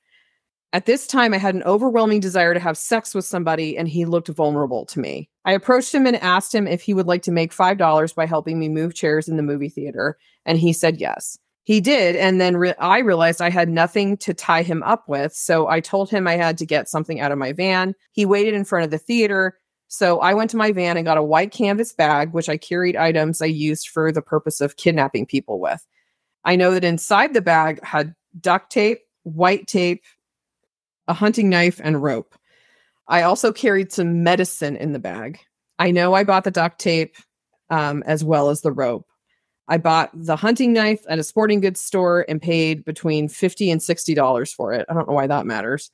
[SPEAKER 2] At this time, I had an overwhelming desire to have sex with somebody, and he looked vulnerable to me. I approached him and asked him if he would like to make $5 by helping me move chairs in the movie theater. And he said yes. He did. And then re- I realized I had nothing to tie him up with. So I told him I had to get something out of my van. He waited in front of the theater. So I went to my van and got a white canvas bag, which I carried items I used for the purpose of kidnapping people with. I know that inside the bag had duct tape, white tape, a hunting knife, and rope. I also carried some medicine in the bag. I know I bought the duct tape um, as well as the rope. I bought the hunting knife at a sporting goods store and paid between fifty and sixty dollars for it. I don't know why that matters.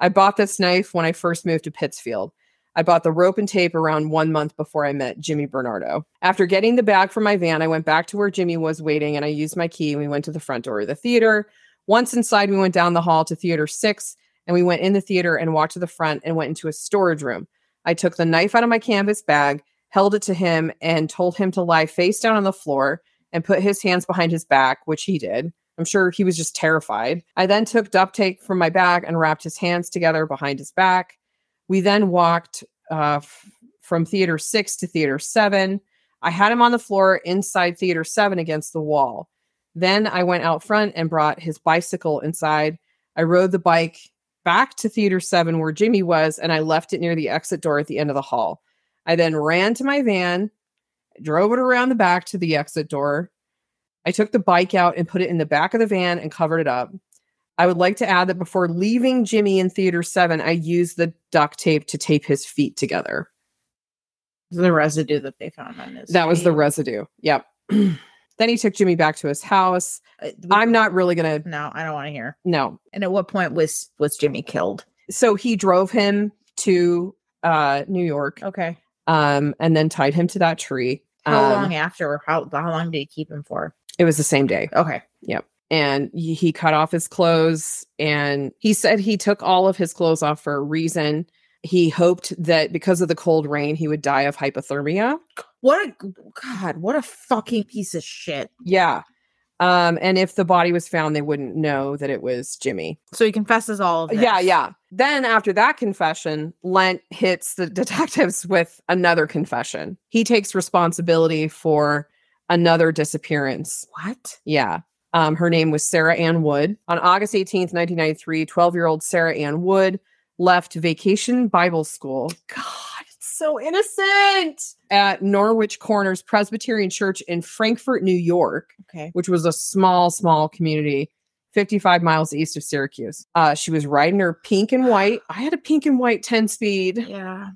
[SPEAKER 2] I bought this knife when I first moved to Pittsfield. I bought the rope and tape around one month before I met Jimmy Bernardo. After getting the bag from my van, I went back to where Jimmy was waiting and I used my key and we went to the front door of the theater. Once inside, we went down the hall to theater six and we went in the theater and walked to the front and went into a storage room. I took the knife out of my canvas bag, held it to him, and told him to lie face down on the floor and put his hands behind his back, which he did. I'm sure he was just terrified. I then took duct tape from my bag and wrapped his hands together behind his back. We then walked uh, f- from theater six to theater seven. I had him on the floor inside theater seven against the wall. Then I went out front and brought his bicycle inside. I rode the bike back to theater seven where Jimmy was, and I left it near the exit door at the end of the hall. I then ran to my van, drove it around the back to the exit door. I took the bike out and put it in the back of the van and covered it up. I would like to add that before leaving Jimmy in Theater 7, I used the duct tape to tape his feet together.
[SPEAKER 1] the residue that they found on this.
[SPEAKER 2] That was the residue. Yep. then he took Jimmy back to his house.
[SPEAKER 1] Uh,
[SPEAKER 2] I'm not really going to,
[SPEAKER 1] no, I don't want to hear.
[SPEAKER 2] no.
[SPEAKER 1] And at what point was was Jimmy killed?
[SPEAKER 2] So he drove him to uh, New York
[SPEAKER 1] Okay.
[SPEAKER 2] um, and then tied him to that tree.
[SPEAKER 1] How
[SPEAKER 2] Um,
[SPEAKER 1] long after? Or how how long did he keep him for?
[SPEAKER 2] It was the same day.
[SPEAKER 1] Okay.
[SPEAKER 2] and he he cut off his clothes and he said he took all of his clothes off for a reason he hoped that because of the cold rain he would die of hypothermia
[SPEAKER 1] What a god! What a fucking piece of shit.
[SPEAKER 2] yeah Um, and if the body was found, they wouldn't know that it was Jimmy.
[SPEAKER 1] So he confesses all of this.
[SPEAKER 2] Yeah, yeah. Then after that confession, Lent hits the detectives with another confession. He takes responsibility for another disappearance.
[SPEAKER 1] What?
[SPEAKER 2] Yeah. Um, her name was Sarah Ann Wood. On August 18th, 1993, 12 year old Sarah Ann Wood left Vacation Bible School. God, it's so innocent. At Norwich Corners Presbyterian Church in Frankfort, New York,
[SPEAKER 1] Okay.
[SPEAKER 2] which was a small, small community 55 miles east of Syracuse. Uh, she was riding her pink and white. I had a pink and white 10 speed
[SPEAKER 1] Yeah.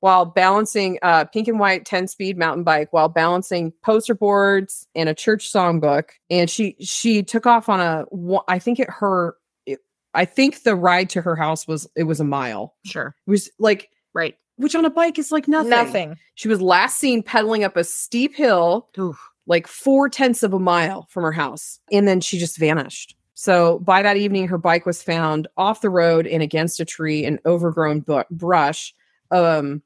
[SPEAKER 2] while balancing a pink and white 10 speed mountain bike while balancing poster boards and a church songbook and she she took off on a wa- i think it her it, i think the ride to her house was it was a mile
[SPEAKER 1] Sure.
[SPEAKER 2] it was like
[SPEAKER 1] Right.
[SPEAKER 2] which on a bike is like nothing
[SPEAKER 1] Nothing.
[SPEAKER 2] she was last seen pedaling up a steep hill
[SPEAKER 1] Oof.
[SPEAKER 2] like four tenths of a mile from her house. And then she just vanished. So by that evening, her bike was found off the road and against a tree and overgrown bu- brush, um,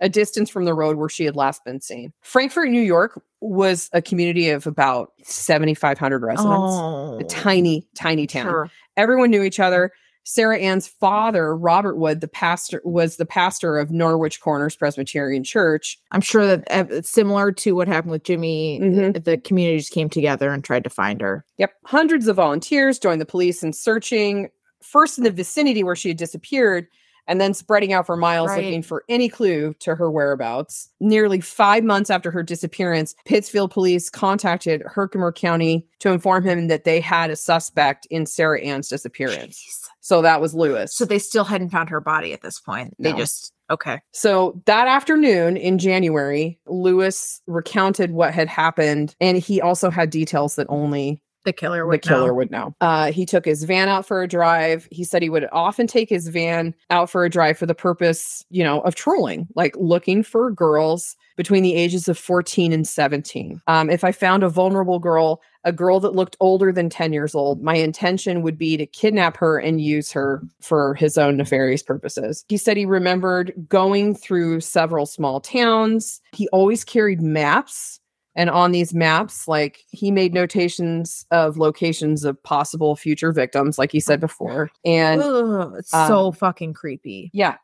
[SPEAKER 2] a distance from the road where she had last been seen. Frankfurt, New York was a community of about 7,500 residents,
[SPEAKER 1] Oh.
[SPEAKER 2] a tiny, tiny town
[SPEAKER 1] Sure.
[SPEAKER 2] everyone knew each other. Sarah Ann's father, Robert Wood, the pastor, was the pastor of Norwich Corners Presbyterian Church.
[SPEAKER 1] I'm sure that uh, it's similar to what happened with Jimmy,
[SPEAKER 2] Mhm.
[SPEAKER 1] the community just came together and tried to find her.
[SPEAKER 2] Yep. Hundreds of volunteers joined the police in searching first in the vicinity where she had disappeared and then spreading out for miles
[SPEAKER 1] Right.
[SPEAKER 2] looking for any clue to her whereabouts. Nearly five months after her disappearance, Pittsfield police contacted Herkimer County to inform him that they had a suspect in Sarah Ann's disappearance.
[SPEAKER 1] Jeez.
[SPEAKER 2] So that was Lewis.
[SPEAKER 1] So they still hadn't found her body at this point. They
[SPEAKER 2] No.
[SPEAKER 1] just okay.
[SPEAKER 2] So that afternoon in January, Lewis recounted what had happened, and he also had details that only
[SPEAKER 1] The killer
[SPEAKER 2] the
[SPEAKER 1] would
[SPEAKER 2] killer
[SPEAKER 1] know.
[SPEAKER 2] would know. Uh, he took his van out for a drive. He said he would often take his van out for a drive for the purpose, you know, of trolling, like looking for girls between the ages of 14 and 17. Um, if I found a vulnerable girl, a girl that looked older than 10 years old, my intention would be to kidnap her and use her for his own nefarious purposes. He said he remembered going through several small towns. He always carried maps and on these maps, like he made notations of locations of possible future victims, like he said before. And
[SPEAKER 1] Ugh, it's
[SPEAKER 2] um,
[SPEAKER 1] so fucking creepy.
[SPEAKER 2] yeah.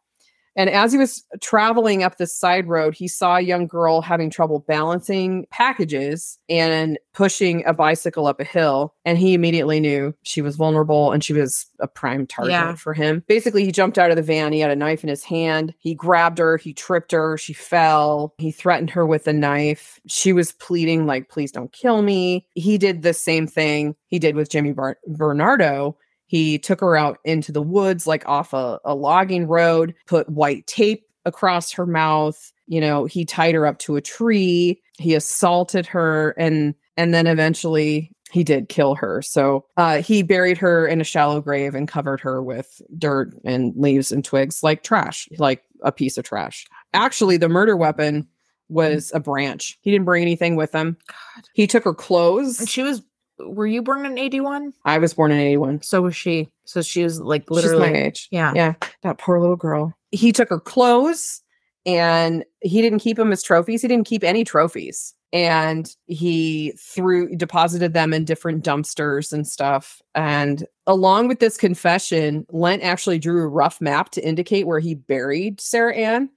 [SPEAKER 2] And as he was traveling up this side road, he saw a young girl having trouble balancing packages and pushing a bicycle up a hill. And he immediately knew she was vulnerable and she was a prime target
[SPEAKER 1] Yeah.
[SPEAKER 2] for him. Basically, he jumped out of the van. He had a knife in his hand. He grabbed her. He tripped her. She fell. He threatened her with a knife. She was pleading, like, please don't kill me. He did the same thing he did with Jimmy Bar- Bernardo he took her out into the woods like off a, a logging road put white tape across her mouth you know he tied her up to a tree he assaulted her and and then eventually he did kill her so uh, he buried her in a shallow grave and covered her with dirt and leaves and twigs like trash like a piece of trash actually the murder weapon was a branch he didn't bring anything with him
[SPEAKER 1] God.
[SPEAKER 2] he took her clothes
[SPEAKER 1] And she was were you born in 81?
[SPEAKER 2] i was born in 81
[SPEAKER 1] So was she. So she was like
[SPEAKER 2] She's
[SPEAKER 1] literally
[SPEAKER 2] my age
[SPEAKER 1] yeah.
[SPEAKER 2] Yeah, that poor little girl. He took her clothes and he didn't keep them as trophies. He didn't keep any trophies. And he threw deposited them in different dumpsters and stuff. And along with this confession, Lent actually drew a rough map to indicate where he buried Sarah Ann.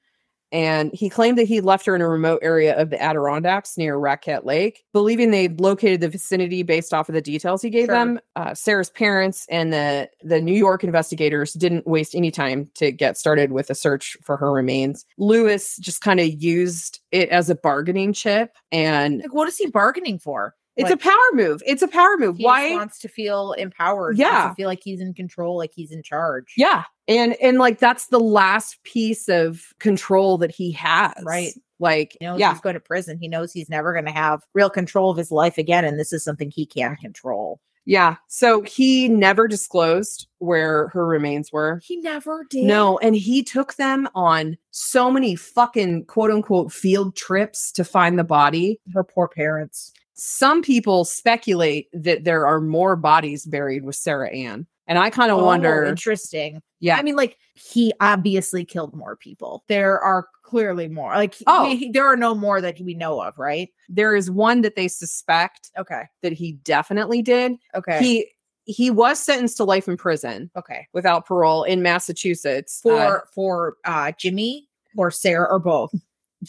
[SPEAKER 2] And he claimed that he left her in a remote area of the Adirondacks near Raquette Lake, believing they'd located the vicinity based off of the details he gave
[SPEAKER 1] Sure.
[SPEAKER 2] them. Uh, Sarah's parents and the, the New York investigators didn't waste any time to get started with a search for her remains. Lewis just kind of used it as a bargaining chip, and
[SPEAKER 1] Like what is he bargaining for?
[SPEAKER 2] it's
[SPEAKER 1] Like,
[SPEAKER 2] a power move. It's a power move.
[SPEAKER 1] he
[SPEAKER 2] Why?
[SPEAKER 1] just wants to feel empowered. He
[SPEAKER 2] Yeah.
[SPEAKER 1] wants to feel like he's in control, like he's in charge.
[SPEAKER 2] Yeah. And and like that's the last piece of control that he has.
[SPEAKER 1] Right.
[SPEAKER 2] Like
[SPEAKER 1] He knows
[SPEAKER 2] yeah.
[SPEAKER 1] he's going to prison. He knows he's never going to have real control of his life again. And this is something he can control.
[SPEAKER 2] Yeah. So he never disclosed where her remains were.
[SPEAKER 1] He never did.
[SPEAKER 2] No, and he took them on so many fucking quote unquote field trips to find the body.
[SPEAKER 1] Her poor parents.
[SPEAKER 2] Some people speculate that there are more bodies buried with Sarah Ann. And I kind of
[SPEAKER 1] Oh,
[SPEAKER 2] wonder,
[SPEAKER 1] Interesting.
[SPEAKER 2] yeah,
[SPEAKER 1] I mean, like he obviously killed more people. There are clearly more. Like, he-
[SPEAKER 2] Oh.
[SPEAKER 1] he- there are no more that we know of, right?
[SPEAKER 2] there is one that they suspect
[SPEAKER 1] Okay.
[SPEAKER 2] that he definitely did.
[SPEAKER 1] Okay.
[SPEAKER 2] He uh, he was sentenced to life in prison
[SPEAKER 1] okay.
[SPEAKER 2] without parole in Massachusetts
[SPEAKER 1] For
[SPEAKER 2] for
[SPEAKER 1] for uh Jimmy or Sarah or both.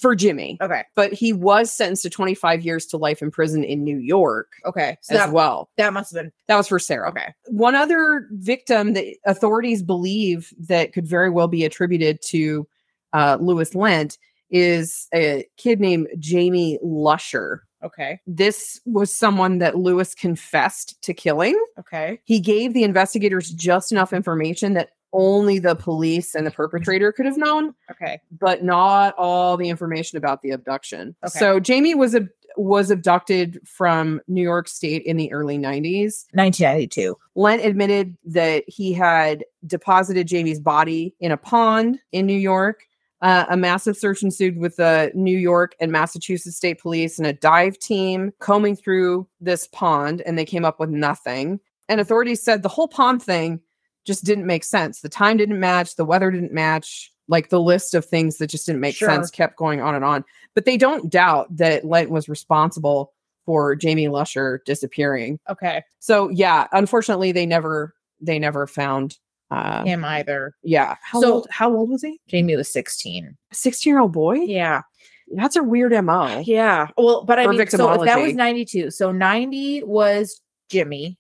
[SPEAKER 2] for Jimmy,
[SPEAKER 1] Okay.
[SPEAKER 2] but he was sentenced to 25 years to life in prison in New York
[SPEAKER 1] Okay. So
[SPEAKER 2] as
[SPEAKER 1] that,
[SPEAKER 2] well.
[SPEAKER 1] that must have been
[SPEAKER 2] That was for Sarah.
[SPEAKER 1] okay.
[SPEAKER 2] One other victim that authorities believe that could very well be attributed to uh, Lewis Lent is a kid named Jamie Lusher.
[SPEAKER 1] Okay.
[SPEAKER 2] This was someone that Lewis confessed to killing.
[SPEAKER 1] Okay.
[SPEAKER 2] He gave the investigators just enough information that only the police and the perpetrator could have known,
[SPEAKER 1] Okay.
[SPEAKER 2] but not all the information about the abduction.
[SPEAKER 1] Okay.
[SPEAKER 2] So Jamie was ab- was abducted from New York State in the early 90s.
[SPEAKER 1] 1992.
[SPEAKER 2] Lent admitted that he had deposited Jamie's body in a pond in New York. Uh, a massive search ensued with the New York and Massachusetts State Police and a dive team combing through this pond, and they came up with nothing. And authorities said the whole pond thing just didn't make sense. The time didn't match, the weather didn't match, like the list of things that just didn't make
[SPEAKER 1] Sure.
[SPEAKER 2] sense kept going on and on. But they don't doubt that Lent was responsible for Jamie Lusher disappearing
[SPEAKER 1] Okay.
[SPEAKER 2] so yeah unfortunately they never they never found uh yeah,
[SPEAKER 1] Him either.
[SPEAKER 2] how
[SPEAKER 1] So-
[SPEAKER 2] old how old was he
[SPEAKER 1] Jamie was 16.
[SPEAKER 2] 16 year old boy
[SPEAKER 1] Yeah.
[SPEAKER 2] that's a weird mo
[SPEAKER 1] Yeah. Well, but I
[SPEAKER 2] Or
[SPEAKER 1] mean, so if that was
[SPEAKER 2] victimology.
[SPEAKER 1] 92, so 90 was Jimmy,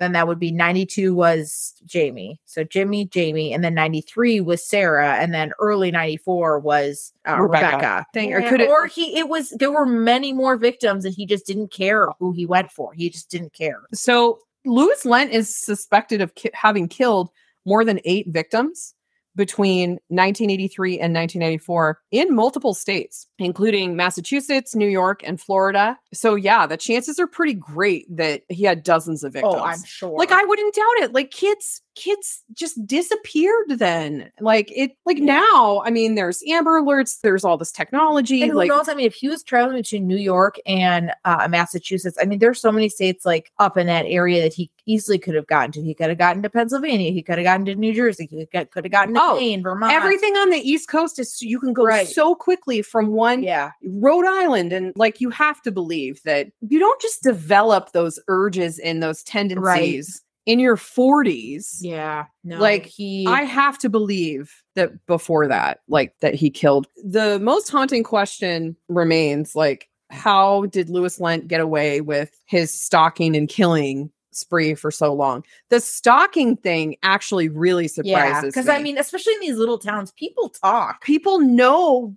[SPEAKER 1] then that would be 92 was Jamie. So Jimmy, Jamie, and then 93 was Sarah, and then early 94 was uh,
[SPEAKER 2] Rebecca.
[SPEAKER 1] Rebecca.
[SPEAKER 2] Thing, or
[SPEAKER 1] Yeah,
[SPEAKER 2] could it-
[SPEAKER 1] or he, it was, there were many more victims and he just didn't care who he went for. He just didn't care.
[SPEAKER 2] so lewis lent is suspected of ki- having killed more than eight victims between 1983 and 1994 in multiple states including massachusetts new york and florida so yeah the chances are pretty great that he had dozens of victims
[SPEAKER 1] Oh, I'm sure.
[SPEAKER 2] like i wouldn't doubt it like kids kids just disappeared then like it like now i mean there's amber alerts there's all this technology
[SPEAKER 1] And who
[SPEAKER 2] like
[SPEAKER 1] knows? I mean, if he was traveling between New York and uh, Massachusetts, I mean, there's so many states like up in that area that he easily could have gotten to. He could have gotten to Pennsylvania. He could have gotten to New Jersey. He could have gotten to
[SPEAKER 2] Oh,
[SPEAKER 1] Maine, Vermont.
[SPEAKER 2] everything on the east coast is you can go
[SPEAKER 1] Right.
[SPEAKER 2] so quickly from one
[SPEAKER 1] Yeah.
[SPEAKER 2] rhode island and like you have to believe that you don't just develop those urges and those tendencies in your 40s
[SPEAKER 1] Yeah. No.
[SPEAKER 2] Like,
[SPEAKER 1] he.
[SPEAKER 2] I have to believe that before that, like that he killed. The most haunting question remains like, how did Lewis Lent get away with his stalking and killing spree for so long? The stalking thing actually really
[SPEAKER 1] yeah.
[SPEAKER 2] surprises
[SPEAKER 1] Because I
[SPEAKER 2] me.
[SPEAKER 1] mean, especially in these little towns, people talk.
[SPEAKER 2] people know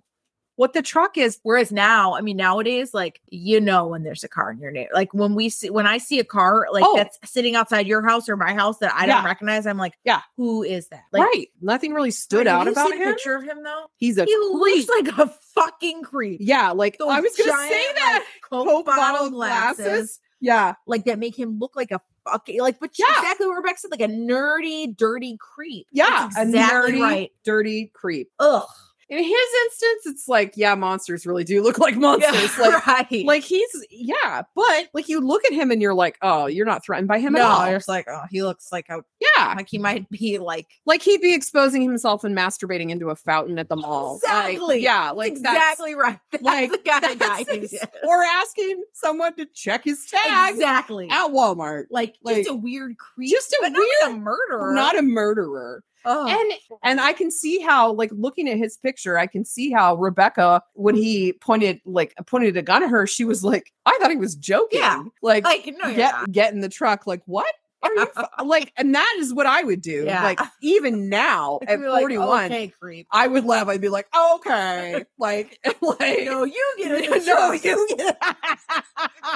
[SPEAKER 2] what the truck is.
[SPEAKER 1] Whereas now, I mean, nowadays, like you know, when there's a car in your neighborhood, like when we see when I see a car like
[SPEAKER 2] Oh.
[SPEAKER 1] that's sitting outside your house or my house that I
[SPEAKER 2] Yeah.
[SPEAKER 1] don't recognize, I'm like,
[SPEAKER 2] Yeah.
[SPEAKER 1] who is that? Like,
[SPEAKER 2] right. Nothing really stood
[SPEAKER 1] Have
[SPEAKER 2] out
[SPEAKER 1] you
[SPEAKER 2] about
[SPEAKER 1] seen a
[SPEAKER 2] him.
[SPEAKER 1] Picture of him though.
[SPEAKER 2] He's a
[SPEAKER 1] he
[SPEAKER 2] creep.
[SPEAKER 1] looks like a fucking creep.
[SPEAKER 2] yeah, like
[SPEAKER 1] Those
[SPEAKER 2] I was gonna say
[SPEAKER 1] giant,
[SPEAKER 2] that.
[SPEAKER 1] like, Coke,
[SPEAKER 2] Coke
[SPEAKER 1] bottle,
[SPEAKER 2] bottle
[SPEAKER 1] glasses,
[SPEAKER 2] glasses. yeah.
[SPEAKER 1] like that make him look like a fucking like. But yeah.
[SPEAKER 2] Yeah.
[SPEAKER 1] exactly what Rebecca said, like a nerdy, dirty creep.
[SPEAKER 2] Yeah.
[SPEAKER 1] That's
[SPEAKER 2] a
[SPEAKER 1] exactly
[SPEAKER 2] nerdy,
[SPEAKER 1] right.
[SPEAKER 2] dirty creep.
[SPEAKER 1] Ugh,
[SPEAKER 2] in his instance, it's like, yeah, monsters really do look like monsters. Like,
[SPEAKER 1] right.
[SPEAKER 2] like he's yeah, but like you look at him and you're like, oh, you're not threatened by him
[SPEAKER 1] no,
[SPEAKER 2] at all.
[SPEAKER 1] you're just like, oh, he looks like a
[SPEAKER 2] yeah,
[SPEAKER 1] like he might be like
[SPEAKER 2] like he'd be exposing himself and masturbating into a fountain at the mall. Like,
[SPEAKER 1] Exactly.
[SPEAKER 2] yeah, like exactly.
[SPEAKER 1] exactly right. That's
[SPEAKER 2] like,
[SPEAKER 1] the guy
[SPEAKER 2] That's,
[SPEAKER 1] guy who did it.
[SPEAKER 2] or asking someone to check his tag
[SPEAKER 1] exactly.
[SPEAKER 2] at Walmart.
[SPEAKER 1] Like,
[SPEAKER 2] like,
[SPEAKER 1] just a weird creep,
[SPEAKER 2] just a
[SPEAKER 1] but not like a murderer.
[SPEAKER 2] Not a murderer.
[SPEAKER 1] Ugh.
[SPEAKER 2] And and I can see how, like, looking at his picture, I can see how Rebecca, when he pointed, like, pointed a gun at her, she was like, "I thought he was joking."
[SPEAKER 1] Yeah.
[SPEAKER 2] like,
[SPEAKER 1] like no, you're
[SPEAKER 2] get
[SPEAKER 1] not.
[SPEAKER 2] get in the truck. Like, what are you fu- like? And that is what I would do.
[SPEAKER 1] Yeah.
[SPEAKER 2] Like, even now at
[SPEAKER 1] You're like,
[SPEAKER 2] forty one,
[SPEAKER 1] okay, creep.
[SPEAKER 2] I would laugh. I'd be like, oh, okay, like, like
[SPEAKER 1] No, you get it.
[SPEAKER 2] No, you
[SPEAKER 1] get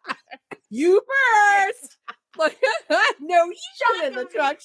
[SPEAKER 2] you first. Like, no, you
[SPEAKER 1] shot in the truck.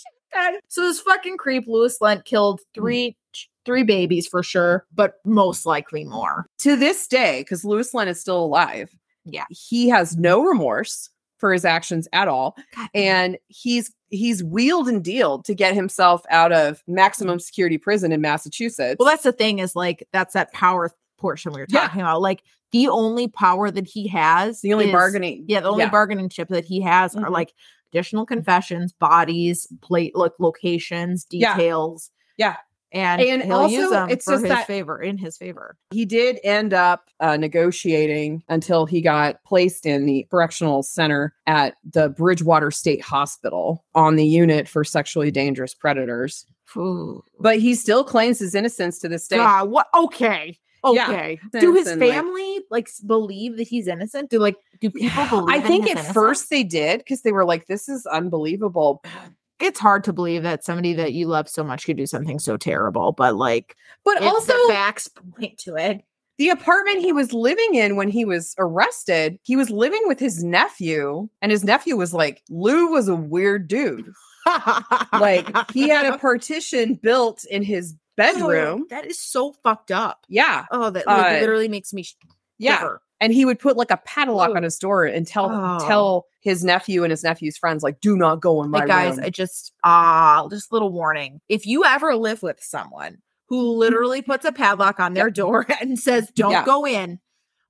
[SPEAKER 1] So this fucking creep, Lewis Lent, killed
[SPEAKER 2] Hmm.
[SPEAKER 1] three three babies for sure, but most likely more.
[SPEAKER 2] to this day, because Lewis Lynn is still alive.
[SPEAKER 1] Yeah.
[SPEAKER 2] He has no remorse for his actions at all.
[SPEAKER 1] God.
[SPEAKER 2] And he's he's wheeled and dealed to get himself out of maximum security prison in Massachusetts.
[SPEAKER 1] Well, that's the thing is like that's that power portion we were
[SPEAKER 2] Yeah.
[SPEAKER 1] talking about. Like the only power that he has,
[SPEAKER 2] the only
[SPEAKER 1] is-
[SPEAKER 2] bargaining.
[SPEAKER 1] Yeah, the only
[SPEAKER 2] yeah.
[SPEAKER 1] bargaining chip that he has
[SPEAKER 2] Mhm.
[SPEAKER 1] are like additional confessions, bodies, plate, like locations,
[SPEAKER 2] Yeah.
[SPEAKER 1] details.
[SPEAKER 2] Yeah.
[SPEAKER 1] And,
[SPEAKER 2] And
[SPEAKER 1] he'll use
[SPEAKER 2] also,
[SPEAKER 1] them
[SPEAKER 2] it's
[SPEAKER 1] for
[SPEAKER 2] just
[SPEAKER 1] his
[SPEAKER 2] that-
[SPEAKER 1] favor, in his favor.
[SPEAKER 2] He did end up uh, negotiating until he got placed in the correctional center at the Bridgewater State Hospital on the unit for sexually dangerous predators.
[SPEAKER 1] Ooh.
[SPEAKER 2] But he still claims his innocence to this day.
[SPEAKER 1] God, what? Okay.
[SPEAKER 2] Yeah.
[SPEAKER 1] Okay. Do his
[SPEAKER 2] Innocent, like-
[SPEAKER 1] family like, s believe that he's innocent? Do like do people believe?
[SPEAKER 2] I
[SPEAKER 1] in
[SPEAKER 2] think
[SPEAKER 1] his
[SPEAKER 2] at
[SPEAKER 1] innocence?
[SPEAKER 2] first they did because they were like, this is unbelievable.
[SPEAKER 1] it's hard to believe that somebody that you love so much could do something so terrible, but like
[SPEAKER 2] But
[SPEAKER 1] it's-
[SPEAKER 2] also,
[SPEAKER 1] the facts point to it.
[SPEAKER 2] the apartment he was living in when he was arrested, he was living with his nephew, and his nephew was like, Lou was a weird dude. Like, he had a partition built in his bedroom.
[SPEAKER 1] That is so fucked up.
[SPEAKER 2] Yeah.
[SPEAKER 1] Oh, that like,
[SPEAKER 2] Uh,
[SPEAKER 1] literally makes me
[SPEAKER 2] Yeah.
[SPEAKER 1] shiver.
[SPEAKER 2] And he would put like a padlock
[SPEAKER 1] Ooh.
[SPEAKER 2] on his door and tell
[SPEAKER 1] Oh.
[SPEAKER 2] tell his nephew and his nephew's friends, like, do not go in my
[SPEAKER 1] Like, guys,
[SPEAKER 2] room.
[SPEAKER 1] I just ah, just a little warning. If you ever live with someone who literally puts a padlock on their door and says, "Don't
[SPEAKER 2] Mm-hmm. Yeah.
[SPEAKER 1] go in,"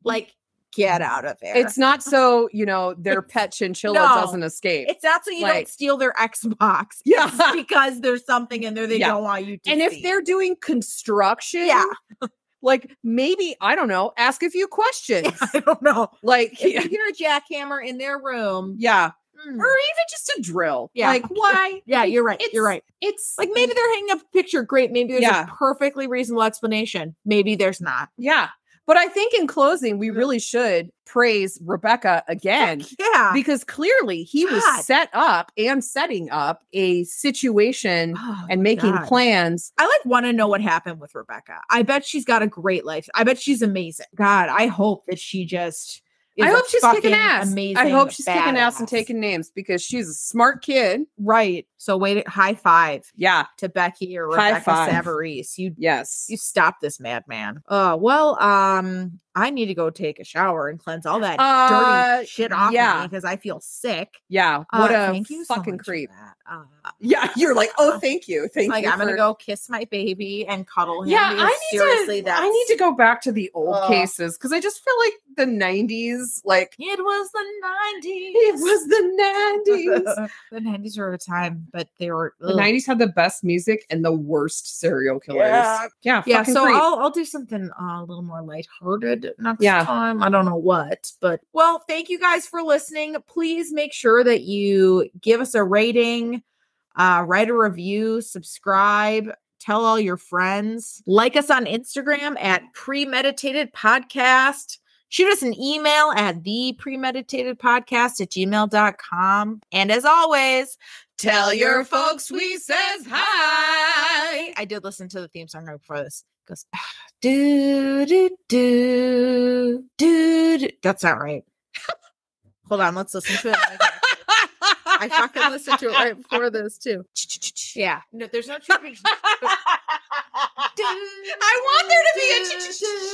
[SPEAKER 1] like get out of there.
[SPEAKER 2] it's not so, you know, their pet chinchilla
[SPEAKER 1] No.
[SPEAKER 2] doesn't escape.
[SPEAKER 1] it's not so you
[SPEAKER 2] like-
[SPEAKER 1] don't steal their Xbox.
[SPEAKER 2] Yeah.
[SPEAKER 1] It's because there's something in there they
[SPEAKER 2] Yeah.
[SPEAKER 1] don't want you to.
[SPEAKER 2] and if
[SPEAKER 1] see.
[SPEAKER 2] they're doing construction,
[SPEAKER 1] yeah,
[SPEAKER 2] like maybe, I don't know, ask a few questions.
[SPEAKER 1] I don't know.
[SPEAKER 2] Like,
[SPEAKER 1] If you hear a jackhammer in their room,
[SPEAKER 2] yeah.
[SPEAKER 1] mm,
[SPEAKER 2] Or even just a drill.
[SPEAKER 1] Yeah.
[SPEAKER 2] Like, why?
[SPEAKER 1] yeah, you're right.
[SPEAKER 2] It's-
[SPEAKER 1] You're right.
[SPEAKER 2] It's
[SPEAKER 1] Like maybe they're hanging up a picture. Great. Maybe there's
[SPEAKER 2] Yeah.
[SPEAKER 1] a perfectly reasonable explanation. Maybe there's not.
[SPEAKER 2] yeah. But I think in closing, we really should praise Rebecca again.
[SPEAKER 1] Yeah.
[SPEAKER 2] because clearly he
[SPEAKER 1] God.
[SPEAKER 2] was set up and setting up a situation
[SPEAKER 1] Oh,
[SPEAKER 2] and making
[SPEAKER 1] God.
[SPEAKER 2] plans.
[SPEAKER 1] I like want to know what happened with Rebecca. I bet she's got a great life. I bet she's amazing. God, I hope that she just. is
[SPEAKER 2] I
[SPEAKER 1] a
[SPEAKER 2] hope she's kicking
[SPEAKER 1] fucking
[SPEAKER 2] ass.
[SPEAKER 1] Amazing.
[SPEAKER 2] I hope she's kicking ass and
[SPEAKER 1] badass.
[SPEAKER 2] taking names because she's a smart kid.
[SPEAKER 1] right. So wait, high five
[SPEAKER 2] Yeah.
[SPEAKER 1] to Becky or
[SPEAKER 2] High
[SPEAKER 1] Rebecca
[SPEAKER 2] five.
[SPEAKER 1] Savarese. You
[SPEAKER 2] Yes.
[SPEAKER 1] you stop this madman. Uh, well, um, I need to go take a shower and cleanse all that
[SPEAKER 2] Uh,
[SPEAKER 1] dirty shit off
[SPEAKER 2] yeah.
[SPEAKER 1] because I feel sick.
[SPEAKER 2] Yeah. What
[SPEAKER 1] Uh,
[SPEAKER 2] a
[SPEAKER 1] thank you so
[SPEAKER 2] fucking
[SPEAKER 1] much for
[SPEAKER 2] creep.
[SPEAKER 1] that. Uh,
[SPEAKER 2] Yeah. You're like, oh, thank you. Thank
[SPEAKER 1] like
[SPEAKER 2] you.
[SPEAKER 1] I'm gonna
[SPEAKER 2] for-
[SPEAKER 1] go kiss my baby and cuddle him.
[SPEAKER 2] Yeah,
[SPEAKER 1] because
[SPEAKER 2] I need
[SPEAKER 1] seriously
[SPEAKER 2] to.
[SPEAKER 1] that's
[SPEAKER 2] I need to go back to the old
[SPEAKER 1] Ugh.
[SPEAKER 2] cases because I just feel like the '90s. Like
[SPEAKER 1] It was the nineties.
[SPEAKER 2] it was the '90s.
[SPEAKER 1] the nineties were a time, but they were
[SPEAKER 2] the
[SPEAKER 1] ugh.
[SPEAKER 2] '90s had the best music and the worst serial killers.
[SPEAKER 1] Yeah.
[SPEAKER 2] Yeah.
[SPEAKER 1] Yeah,
[SPEAKER 2] fucking
[SPEAKER 1] so
[SPEAKER 2] creep.
[SPEAKER 1] I'll I'll do something uh, a little more lighthearted next
[SPEAKER 2] Yeah.
[SPEAKER 1] time. I don't know what, but well, thank you guys for listening. Please make sure that you give us a rating, uh, write a review, subscribe, tell all your friends, like us on Instagram at premeditated podcast. Shoot us an email at the premeditated podcast at gmail.com. And as always,
[SPEAKER 2] Tell your folks we says hi.
[SPEAKER 1] I did listen to the theme song right before this. It goes do do do do. do. That's not right. Hold on, let's listen to it. I fucking listened to it right before this too. Yeah, no, there's no. tripping.
[SPEAKER 2] I want there to be a ch- ch- ch-